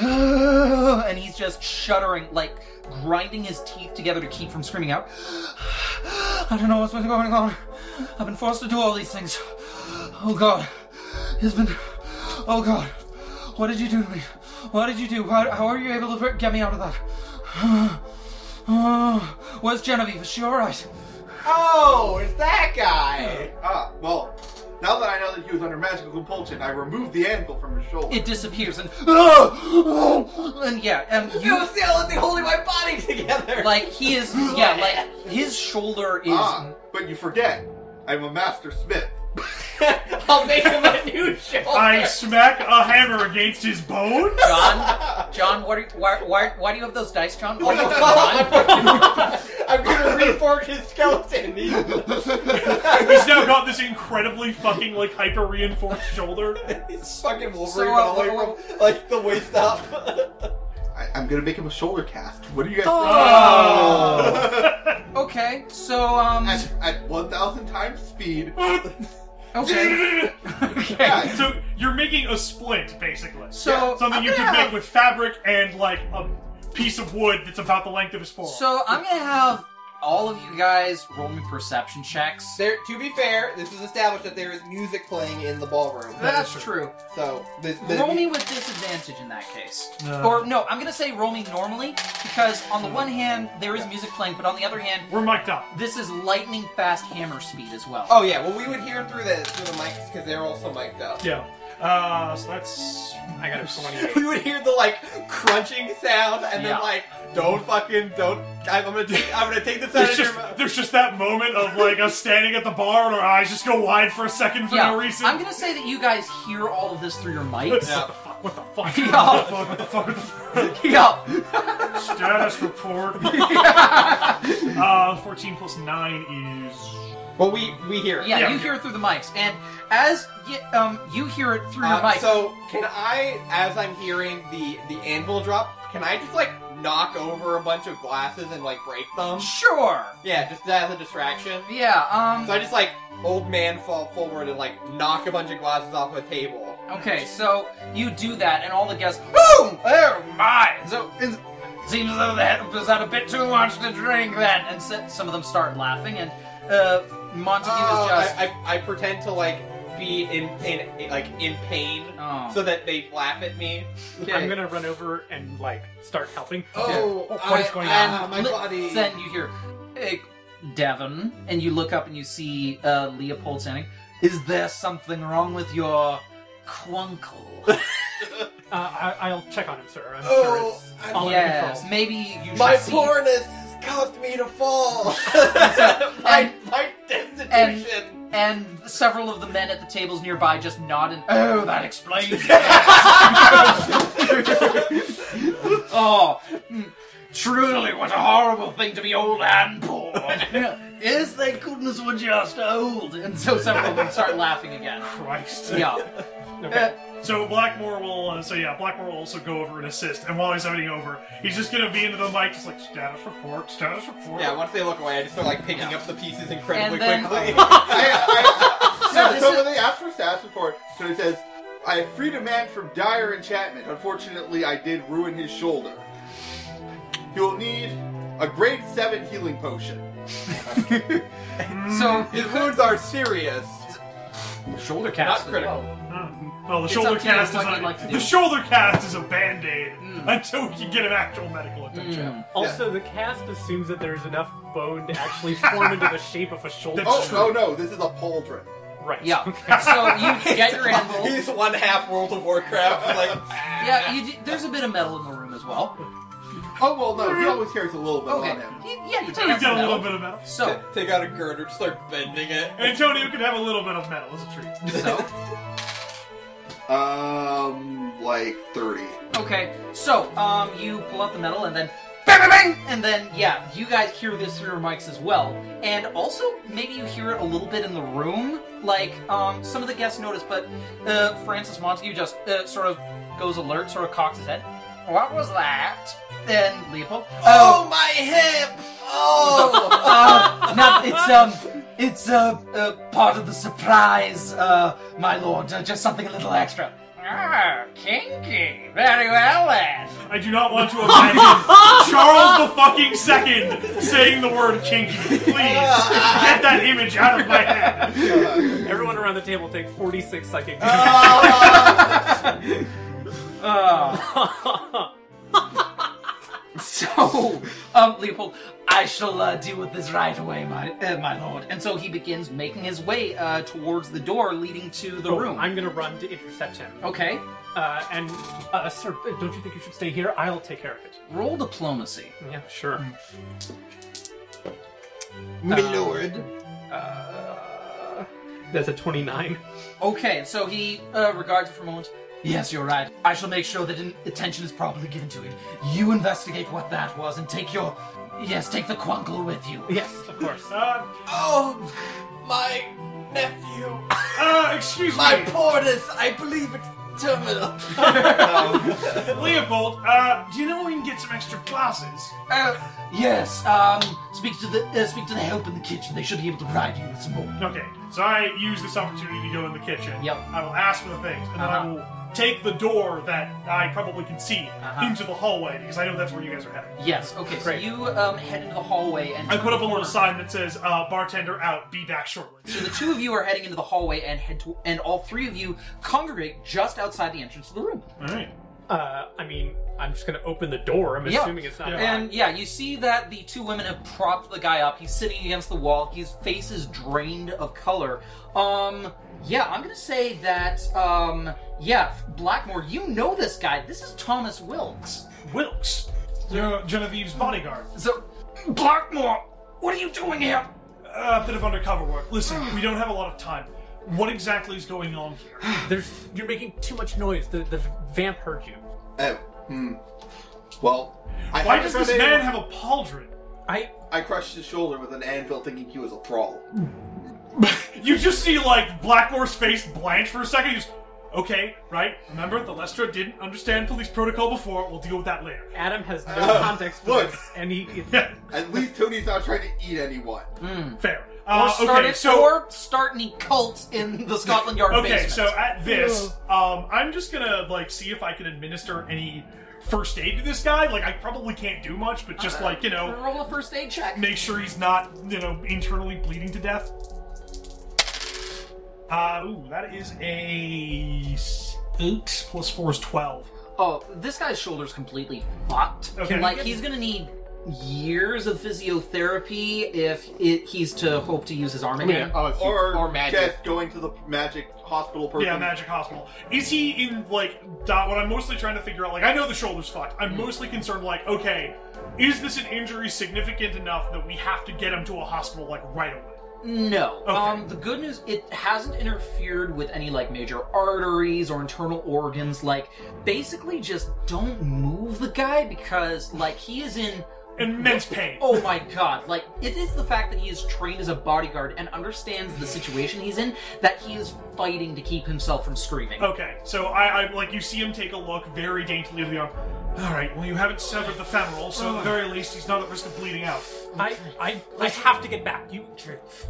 and he's just shuddering, like grinding his teeth together to keep from screaming out. I don't know what's been going on. I've been forced to do all these things. Oh God, it's been. Oh God, what did you do to me? What did you do? How, how are you able to get me out of that? Oh, where's Genevieve? Is she all right?
Oh, it's that guy.
Ah, well, now that I know that he was under magical compulsion, I removed the anvil from his shoulder.
It disappears and and yeah, and
You
you
was the only thing holding my body together.
like he is yeah like his shoulder is
ah, but you forget, I'm a master smith.
I'll make him a new shoulder.
I smack a hammer against his bones.
John. John, what are, you- why, why why do you have those dice, John? Why do you have them on?
I'm gonna reforge his skeleton.
He's now got this incredibly fucking like hyper reinforced shoulder.
He's fucking Wolverine
So, uh,
all the way from like the waist up.
I, I'm gonna make him a shoulder cast. What do you guys Ah.
Oh.
think?
Okay, so um
at, at 1,000 times speed.
okay.
Yeah,
so you're making a splint, basically.
So
Something
I'm
you
gonna
could
have-
make with fabric and like a piece of wood that's about the length of his forearm.
So I'm gonna have all of you guys roll me perception checks.
There, to be fair, this is established that there is music playing in the ballroom.
That's true.
So the, the
Roll me with disadvantage in that case.
No.
Or no, I'm gonna say roll me normally because on the one hand there is music playing, but on the other hand
We're mic'd up.
this is lightning fast hammer speed as well.
Oh yeah, well we would hear through the through the mics because they're also mic'd up.
Yeah. Uh, so that's.
I got a 28.
We would hear the like crunching sound, and
Yeah.
then like, don't fucking don't. I'm gonna take, I'm gonna take this out
There's
of your
just,
mouth.
there's just that moment of like us standing at the bar and our eyes just go wide for a second for
yeah.
no reason.
I'm gonna say that you guys hear all of this through your
What
mics.
Yeah.
the fuck? What the fuck?
Yeah.
What the fuck? What the fuck? What the
yeah.
fuck? Status report. uh, 14 plus 9 is.
Well, we we hear it.
Yeah,
Yeah.
you hear it through the mics, and as you, um you hear it through your
Uh,
mic.
so can I, as I'm hearing the the anvil drop, can I just like knock over a bunch of glasses and like break them?
sure.
Yeah, just as a distraction.
Yeah. Um.
So I just like old man fall forward and like knock a bunch of glasses off a table.
Okay, so you do that, and all the guests, boom! Oh my! So it seems as though the head was out a bit too much to drink then, and so, some of them start laughing, and uh, Montague
Oh,
is just,
I, I, I pretend to like be in, in like in pain
Oh.
so that they laugh at me.
I'm gonna run over and like start helping.
Oh,
what is going
I-
on?
ah, my
li-
body.
Then you hear, hey, Devon, and you look up and you see uh, Leopold standing. Is there something wrong with your quunkle?
Uh, I, I'll check on him, sir. I'm
Oh,
sure it's
I'm-
all under
yes,
control.
maybe you
my
should see-
poorness has caused me to fall. my my
and-
destitution.
And several of the men at the tables nearby just nod and, oh, that explains it. Oh, mm, truly, what a horrible thing to be old and poor. yes, they goodness were just old. And so several of them start laughing again.
Christ.
Yeah.
Okay.
Hmm.
So Blackmore will. Uh, so yeah, Blackmore will also go over and assist. And while he's heading over, he's just gonna be into the mic, just like status report, status report.
yeah, once they look away, I just start like picking up the pieces
And
incredibly
then-
quickly.
I, I,
So
yeah,
this
so
is-
when they asked for stats report, so it says, I have freed a man from dire enchantment. Unfortunately, I did ruin his shoulder. You will need a grade 7 healing potion.
So
His wounds are serious.
Shoulder
Not
cast. as
critical.
well.
Hmm. Well, the
It's
shoulder
up to you
cast is
what
a,
you'd like to do. Hmm.
the shoulder cast is a band aid until we can get an actual medical attention.
Mm.
Also, the cast assumes that there's enough bone to actually form into the shape of a shoulder.
Oh,
That's
oh no, this is a pauldron.
right.
yeah. So you get your anvil.
He's one half World of Warcraft. Like,
Yeah, you, d- there's a bit of metal in the room as well.
Oh well, no, he always carries a little bit
Okay.
on him.
You- Oh, yeah, you
So
take
we've
out
got
some
a little
metal.
bit of metal.
So,
take out a girder, and start bending it.
Antonio can have a little bit of metal as a treat.
so
Um, like 30.
okay. So, um, you pull out the metal and then bang, bang, bang, and then yeah, you guys hear this through your mics as well, and also maybe you hear it a little bit in the room. Like, um, some of the guests notice, but uh, Francis Montague just uh, sort of goes alert, sort of cocks his head. What was that? Then Leopold.
Oh, my hip! Oh!
uh, no, it's um, it's uh, uh, part of the surprise, uh, my lord. Uh, just something a little extra.
Ah, kinky. Very well then.
I do not want to imagine Charles the fucking second saying the word kinky. Please get that image out of my head.
Everyone around the table take 46 psychic
Uh, so, um, Leopold, I shall uh, deal with this right away, my uh, my lord. And so he begins making his way uh, towards the door leading to
Oh,
the room.
I'm gonna run to intercept him.
Okay,
Uh, and uh, sir, don't you think you should stay here? I'll take care of it.
roll diplomacy.
Yeah, sure.
my
Hmm.
lord.
Uh, that's a 29.
Okay, so he uh, regards it for a moment. Yes, you're right. I shall make sure that an- attention is properly given to it. You investigate what that was and take your. Yes, take the quunkle with you.
Yes, of course.
Uh,
Oh, my nephew.
uh, excuse
My
me,
portus. I believe it's terminal.
Leopold. Uh, do you know where we can get some extra glasses?
Uh, yes, um, speak to the uh, speak to the help in the kitchen. They should be able to provide you with some more.
Okay, so I use this opportunity to go in the kitchen.
Yep.
I will ask for the things, and
Uh-huh.
then I will take the door that I probably can see
Uh-huh.
into the hallway because I know that's where you guys are headed.
Yes, okay, so
Great.
you um, head into the hallway and
I put up a little sign that says uh, "Bartender out, be back shortly."
so the two of you are heading into the hallway and head to and all three of you congregate just outside the entrance to the room.
All right.
Uh, I mean, I'm just gonna open the door. I'm
Yeah.
assuming it's not. locked.
And yeah, you see that the two women have propped the guy up. He's sitting against the wall. His face is drained of color. Um, yeah, I'm gonna say that. Um, yeah, Blackmore, you know this guy. This is Thomas Wilkes.
Wilkes, you're Genevieve's bodyguard.
So, Blackmore, what are you doing here?
Uh, a bit of undercover work. Listen, we don't have a lot of time. What exactly is going on here?
There's, you're making too much noise. The, the vamp heard you.
Uh, hmm. Well, I
Why does
haven't
this
found
man
anyone-
have a pauldron?
I
I crushed his shoulder with an anvil thinking he was a thrall.
You just see like Blackmore's face blanch for a second. He's okay, right? Remember, the Lestra didn't understand police protocol before. We'll deal with that later.
Adam has no
Uh,
context for
look.
this, and he.
Yeah,
At least Tony's not trying to eat anyone.
fair.
Or
Uh,
start,
okay,
it,
so
or start any cult in the Scotland Yard
okay,
basement.
so at this, um, I'm just gonna like see if I can administer any first aid to this guy. Like, I probably can't do much, but
Uh-huh.
just like you know,
roll a first aid check.
make sure he's not, you know, internally bleeding to death. Uh, ooh, that is a s- eight plus four is twelve.
Oh, this guy's shoulder's completely fucked.
Okay.
Like he's gonna need years of physiotherapy if it, he's to hope to use his arm again.
Yeah.
Oh, if you-
Or,
Or magic.
just going to the magic hospital person.
Yeah, Magic Hospital. Is he in like that? What I'm mostly trying to figure out, like, I know the shoulder's fucked. I'm mostly concerned, like, okay, is this an injury significant enough that we have to get him to a hospital like right away?
No.
Okay.
Um, the good news, it hasn't interfered with any like major arteries or internal organs. Like, basically, just don't move the guy because like he is in
immense pain.
Oh my god, like, it is the fact that he is trained as a bodyguard and understands the situation he's in that he is fighting to keep himself from screaming.
Okay, so I, I like you see him take a look very daintily at the arm. All right, well you haven't severed the femoral, so
Oh.
at the very least he's not at risk of bleeding out.
I, I, I have to get back. You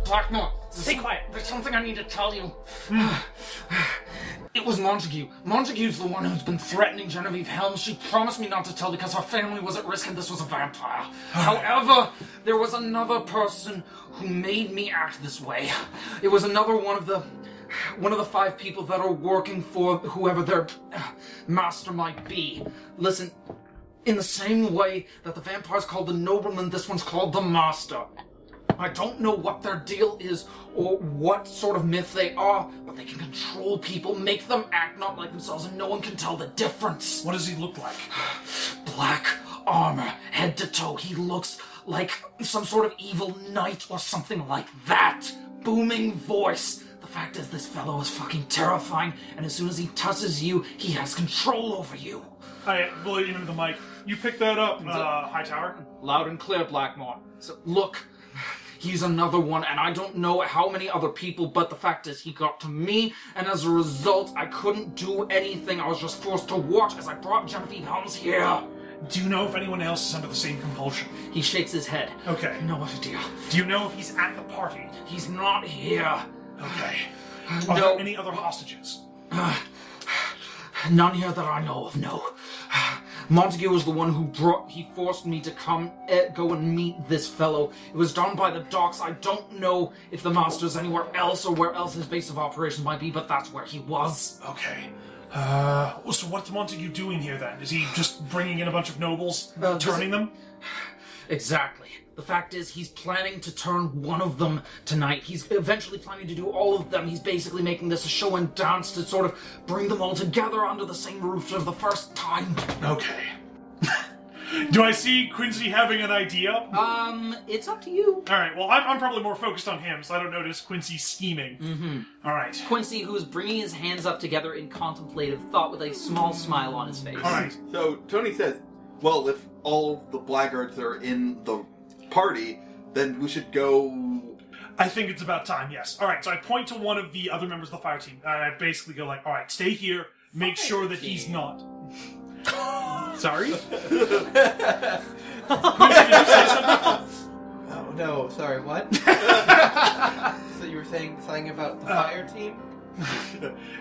Blackmore,
stay quiet.
there's something I need to tell you. It was Montague. Montague's the one who's been threatening Genevieve Helms. She promised me not to tell because her family was at risk and this was a vampire. However, there was another person who made me act this way. It was another one of the one of the five people that are working for whoever their uh, master might be. Listen, in the same way that the vampire's called the nobleman, this one's called the master. I don't know what their deal is or what sort of myth they are, but they can control people, make them act not like themselves, and no one can tell the difference.
What does he look like?
Black armor, head to toe, he looks like some sort of evil knight or something like that. Booming voice. The fact is, this fellow is fucking terrifying, and as soon as he touches you, he has control over you.
I blow it into the mic. You pick that up, uh, Hightower.
Loud and clear, Blackmore. So, look, he's another one, and I don't know how many other people, but the fact is, he got to me, and as a result, I couldn't do anything. I was just forced to watch as I brought Genevieve Helms here.
Do you know if anyone else is under the same compulsion?
He shakes his head.
Okay.
No idea.
Do you know if he's at the party?
He's not here.
Okay. Are
No.
there any other hostages?
None here that I know of, no. Montague was the one who brought. He forced me to come, eh, go and meet this fellow. It was down by the docks. I don't know if the master's anywhere else or where else his base of operations might be, but that's where he was.
Okay. Uh, well, so what's Montague doing here then? Is he just bringing in a bunch of nobles,
Uh, does
turning them?
Exactly. The fact is, he's planning to turn one of them tonight. He's eventually planning to do all of them. He's basically making this a show and dance to sort of bring them all together under the same roof for the first time.
Okay. Do I see Quincy having an idea?
Um, it's up to you.
All right. Well, I'm, I'm probably more focused on him, so I don't notice Quincy scheming. Mm-hmm. right.
Quincy, who is bringing his hands up together in contemplative thought with a small smile on his face.
All right.
So Tony says, "Well, if all the blackguards are in the party, then we should go."
I think it's about time. Yes. All right. So I point to one of the other members of the fire team. I basically go like, "All right, stay here. Make sure that he's not."
Sorry?
Quincy, did you say something?
Oh no, sorry, what? so you were saying something about the fire team?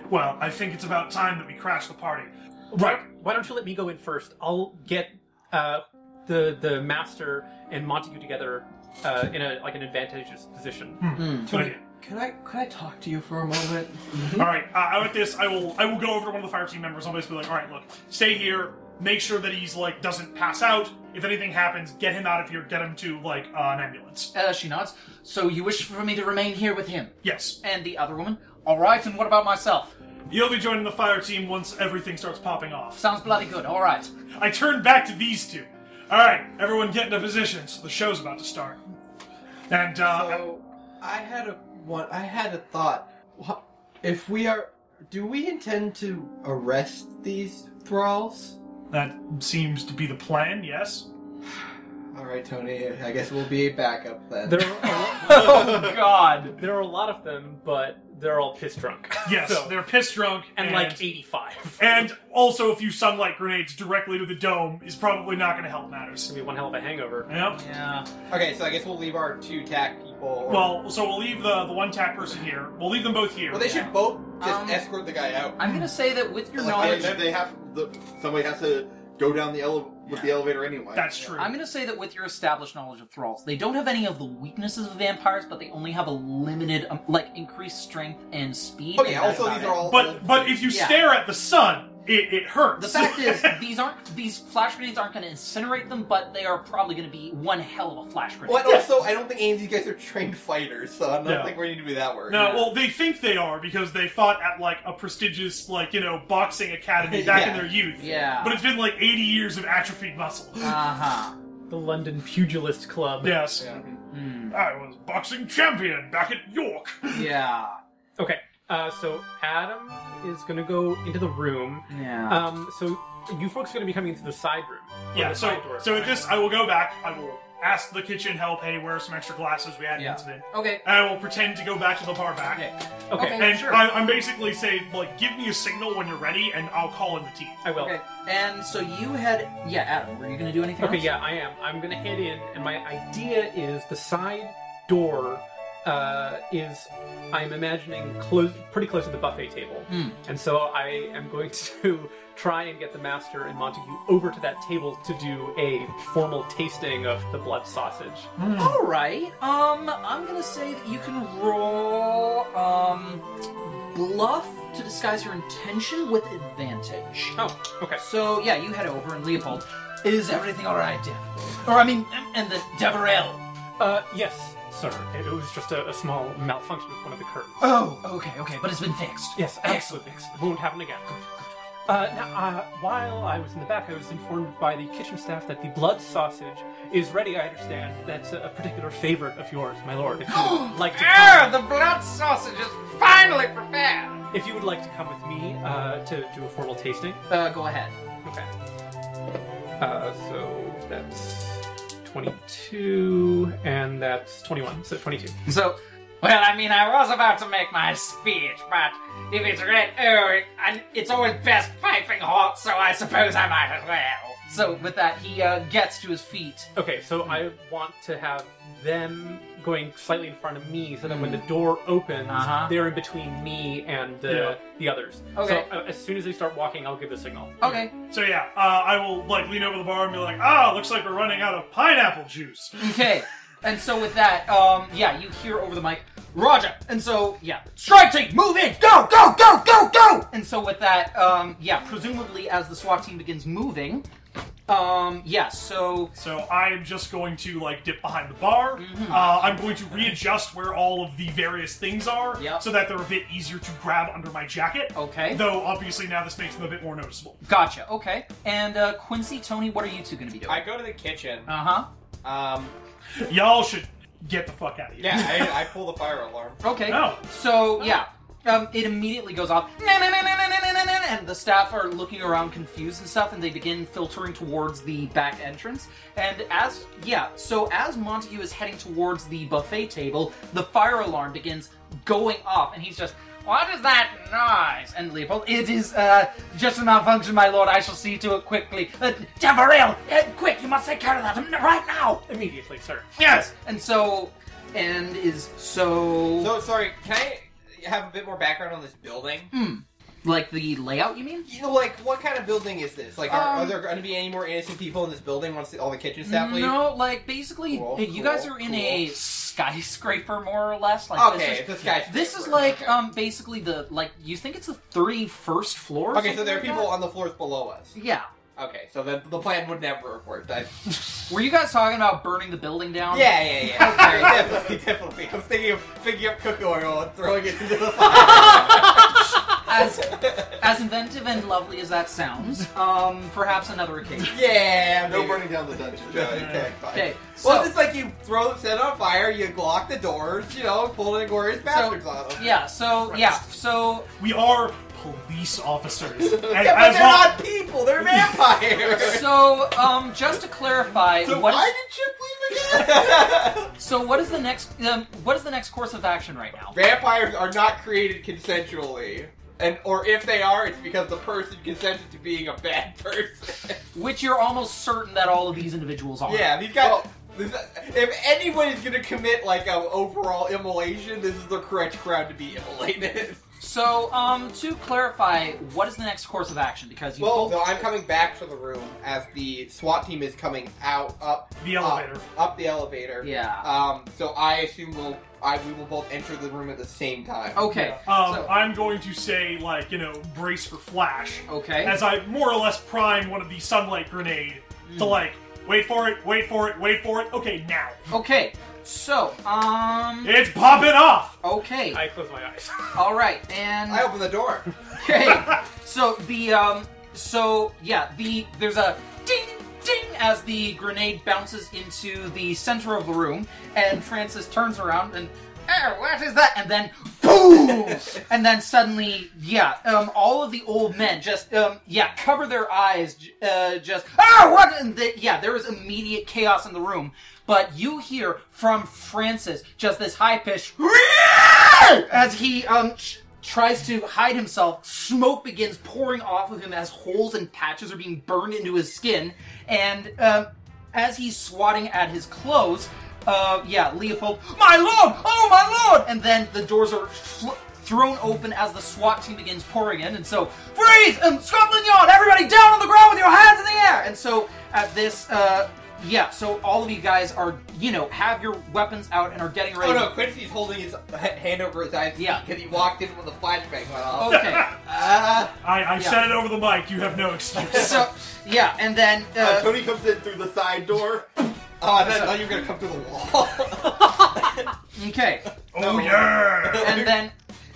Well, I think it's about time that we crash the party.
Right. Why don't you let me go in first? I'll get uh, the the master and Montague together uh, in a like an advantageous position.
Good idea.
Could I could I talk to you for a moment?
All right. Uh, with this, I will. I will go over to one of the fire team members. I'll basically be like, "All right, look, stay here. Make sure that he's like doesn't pass out. If anything happens, get him out of here. Get him to like uh, an ambulance."
Uh, she nods. So you wish for me to remain here with him?
Yes.
And the other woman? Alright, and what about myself?
You'll be joining the fire team once everything starts popping off.
Sounds bloody good, alright.
I turn back to these two. All right, everyone get into position. So the show's about to start. And uh,
So I had a one. I had a thought. Wha- If we are, do we intend to arrest these thralls?
that seems to be the plan. Yes.
All right, Tony. I guess we'll be a backup then.
There are a lot,
Oh god.
there are a lot of them, but they're all piss drunk.
Yes.
So-
they're pissed drunk
and, like 85. It's
And also, a few sunlight grenades directly to the dome is probably not going to help matters.
gonna be one hell of a hangover.
Yep.
Yeah.
Okay, so I guess we'll leave our two tack people. Or,
Well, so we'll leave the the one tack person here. We'll leave them both here.
well, they should both just
Um,
escort the guy out.
I'm gonna say that with your
I
knowledge
mean, they have the, somebody has to go down the ele- with the elevator anyway.
That's true.
I'm gonna say that with your established knowledge of thralls, they don't have any of the weaknesses of vampires, but they only have a limited, um, like, increased strength and speed.
Oh
and
yeah.
that's
Also,
about
these
it.
are all.
but but if you
Yeah.
stare at the sun, it, it hurts.
The fact is, these aren't these flash grenades aren't going to incinerate them, but they are probably going to be one hell of a flash grenade.
Well, and also, I don't think any of these guys are trained fighters, so I don't
No.
think we need to be that worried.
no, well, they think they are because they fought at like a prestigious like you know boxing academy back in
Yeah.
their youth.
Yeah.
But it's been like 80 years of atrophied muscle.
Uh
Uh-huh.
huh.
The London Pugilist Club.
yes.
Yeah.
Hmm.
I was boxing champion back at York.
Yeah.
Okay. Uh, so Adam is gonna go into the room.
Yeah.
Um, so you folks are going to be coming into the side room.
Yeah,
the
so
side door.
so at this, I will go back. I will ask the kitchen help. Hey, where are some extra glasses? We had an
Yeah.
incident.
Okay.
And I will pretend to go back to the bar back.
Okay.
Okay,
okay.
And I, I'm basically saying, like, give me a signal when you're ready, and I'll call in the team.
I will.
Okay. And so you had yeah, Adam. Were you going to do anything?
Okay,
else?
yeah, I am. I'm gonna head in, and my idea is the side door uh, is I'm imagining close, pretty close to the buffet table,
Hmm.
and so I am going to try and get the master and Montague over to that table to do a formal tasting of the blood sausage.
All right. Um, I'm gonna say that you can roll um bluff to disguise your intention with advantage.
Oh, okay.
So yeah, you head over and Leopold. Is everything all right, Dev? Or I mean, and the Deverell.
Uh, yes, sir. It was just a, a small malfunction with one of the curtains.
Oh, okay, okay, but it's been fixed.
Yes, absolutely. Won't happen again. Uh, now, uh, while I was in the back, I was informed by the kitchen staff that the blood sausage is ready. I understand that's a, a particular favorite of yours, my lord. If you would like to, come,
the blood sausage is finally prepared.
if you would like to come with me uh, to do a formal tasting.
Uh, go ahead.
Okay. Uh, so that's twenty-two, and that's twenty-one. So twenty-two.
So,
Well, I mean, I was about to make my speech, but if it's red, oh, it, and it's always best piping hot, so I suppose I might as well.
so with that, he uh, gets to his feet.
Okay, so I want to have them going slightly in front of me, so that when the door opens,
Uh-huh.
they're in between me and the
Yeah.
the others.
Okay.
So uh, as soon as they start walking, I'll give the signal.
Okay.
So yeah, uh, I will like lean over the bar and be like, ah, looks like we're running out of pineapple juice.
Okay. And so with that, um, yeah, you hear over the mic, Roger. And so, yeah, strike team, move in, go, go, go, go, go. And so with that, um, yeah, presumably as the SWAT team begins moving, um, yeah, so
So I am just going to like dip behind the bar.
Mm-hmm.
Uh, I'm going to readjust where all of the various things are,
Yep.
so that they're a bit easier to grab under my jacket.
Okay.
Though obviously now this makes them a bit more noticeable.
gotcha. Okay. And uh, Quincy, Tony, what are you two gonna be doing?
I go to the kitchen.
Uh huh.
Um,
Y'all should get the fuck out of here.
yeah, I, I pull the fire alarm.
Okay.
No.
So yeah, um, it immediately goes off, "Na, na, na, na, na, na, na, na," and the staff are looking around confused and stuff, and they begin filtering towards the back entrance. And as yeah, so as Montague is heading towards the buffet table, the fire alarm begins going off, and he's just. What is that noise? And Leopold, it is uh, just a malfunction, my lord. I shall see to it quickly. Uh, Deverell, uh, quick! You must take care of that um, right now.
Immediately, sir.
Yes. And so, and is so
So sorry, can I have a bit more background on this building?
Hmm. Like the layout, you mean?
You know, like what kind of building is this? Like, are,
Um,
are there going to be any more innocent people in this building once all the kitchen staff leave?
No, like basically,
Cool,
you guys
cool,
are in a
cool.
skyscraper, more or less. Like
Okay,
this is,
this guy's.
this is like um basically the like you think it's the three first floors.
Okay, so there are people on the floors below us.
Yeah,
Okay, so the, the plan would never have worked. I,
were you guys talking about burning the building down?
yeah, yeah, yeah. Sorry, definitely, definitely. I was thinking of picking up cooking oil and throwing it into the fire.
As as inventive and lovely as that sounds, um, perhaps another occasion.
yeah,
No
maybe.
burning down the dungeon. Yeah, okay, fine.
Okay, so
Well, it's just like you throw set it on fire, you lock the doors, you know, pull in glorious bastards on them.
yeah, so yeah, so
We are police officers. and
Yeah, but
as
they're
long-
not people, they're vampires!
so um, just to clarify,
So
what
why
is,
did Chip leave again?
so what is the next um, what is the next course of action right now?
Vampires are not created consensually. And or if they are, it's because the person consented to being a bad person.
Which you're almost certain that all of these individuals are.
yeah, these guys. this, if anybody's gonna commit like a overall immolation, this is the correct crowd to be immolated.
So, um, to clarify, what is the next course of action? Because you
Well,
both
no, I'm coming back to the room as the SWAT team is coming out up
the elevator.
up the elevator.
yeah.
Um. So I assume we'll I we will both enter the room at the same time.
Okay.
Oh.
Um,
so-
I'm going to say like you know brace for flash.
Okay.
as I more or less prime one of the sunlight grenade to
Mm.
like wait for it, wait for it, wait for it. Okay, now
okay. So, um.
it's popping off.
Okay.
I close my eyes.
All right. And
I open the door.
okay. so the um. So yeah, the there's a ding ding as the grenade bounces into the center of the room, and Francis turns around and. Oh, what is that? And then boom! and then suddenly, yeah, um, all of the old men just, um, yeah, cover their eyes, j- uh, just, ah, what? And the, yeah, there is immediate chaos in the room. But you hear from Francis just this high pitch as he um ch- tries to hide himself. Smoke begins pouring off of him as holes and patches are being burned into his skin, and um, as he's swatting at his clothes, uh, yeah, Leopold, my lord, oh my lord! And then the doors are fl- thrown open as the SWAT team begins pouring in, and so freeze! And Scotland Yard, everybody down on the ground with your hands in the air! And so at this, uh, yeah, so all of you guys are, you know, have your weapons out and are getting ready.
Oh no, Quincy's holding his h- hand over his eyes
Yeah.
because he walked in when the flashbang went off.
Okay.
Uh,
I, I said it over the mic. You have no excuse.
So yeah, and then
Uh,
uh,
Tony comes in through the side door.
oh, I thought you were gonna come through the wall.
okay,
oh yeah.
and then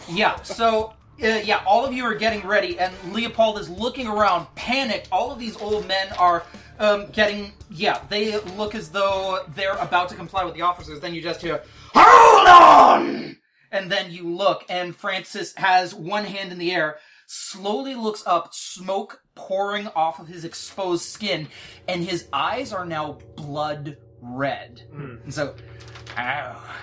yeah, so. Uh, yeah, all of you are getting ready, and Leopold is looking around, panicked. All of these old men are um, getting. Yeah, they look as though they're about to comply with the officers. Then you just hear, "Hold on!" And then you look, and Francis has one hand in the air, slowly looks up, smoke pouring off of his exposed skin, and his eyes are now blood red. And so, oh,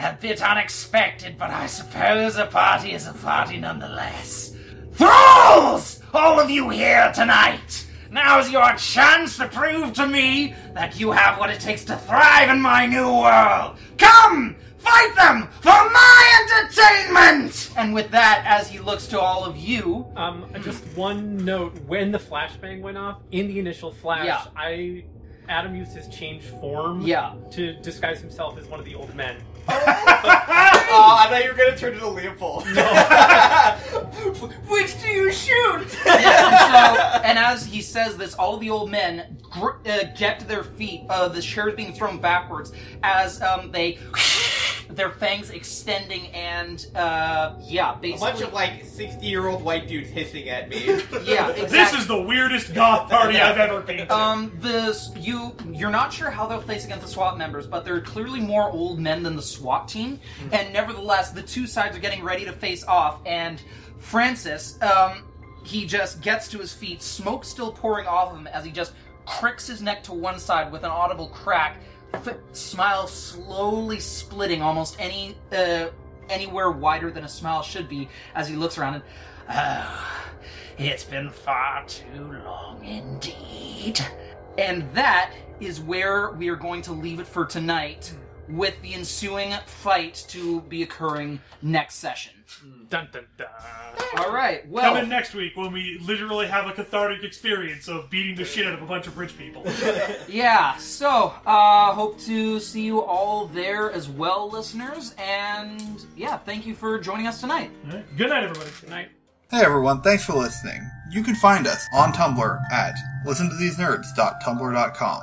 a bit unexpected, but I suppose a party is a party nonetheless. Thralls! All of you here tonight! Now's your chance to prove to me that you have what it takes to thrive in my new world! Come! Fight them for my entertainment! And with that, as he looks to all of you,
Um, just one note: when the flashbang went off in the initial flash,
Yeah.
I Adam used his changed form
Yeah.
to disguise himself as one of the old men.
Oh, I thought you were gonna turn into Leopold. Which do you shoot?
Yeah, and, so, and as he says this, all the old men gr- uh, get to their feet. Uh, the chair's being thrown backwards as um, they, their fangs extending, and uh, yeah,
A
basically,
bunch of like 60 year old white dudes hissing at me.
yeah, exactly.
This is the weirdest goth party I've ever been to.
Um, this you you're not sure how they'll face against the SWAT members, but they're clearly more old men than the SWAT team, and nevertheless, the two sides are getting ready to face off. And Francis, um, he just gets to his feet, smoke still pouring off of him as he just cricks his neck to one side with an audible crack, f- smile slowly splitting almost any uh, anywhere wider than a smile should be as he looks around and. Oh, it's been far too long indeed. And that is where we are going to leave it for tonight, with the ensuing fight to be occurring next session.
Dun dun dun.
All right, well.
Come in next week when we literally have a cathartic experience of beating the shit out of a bunch of rich people.
yeah so uh hope to see you all there as well listeners and yeah thank you for joining us tonight
Good night, everybody. Good night.
Hey everyone, thanks for listening. You can find us on Tumblr at listentothesenerds.tumblr.com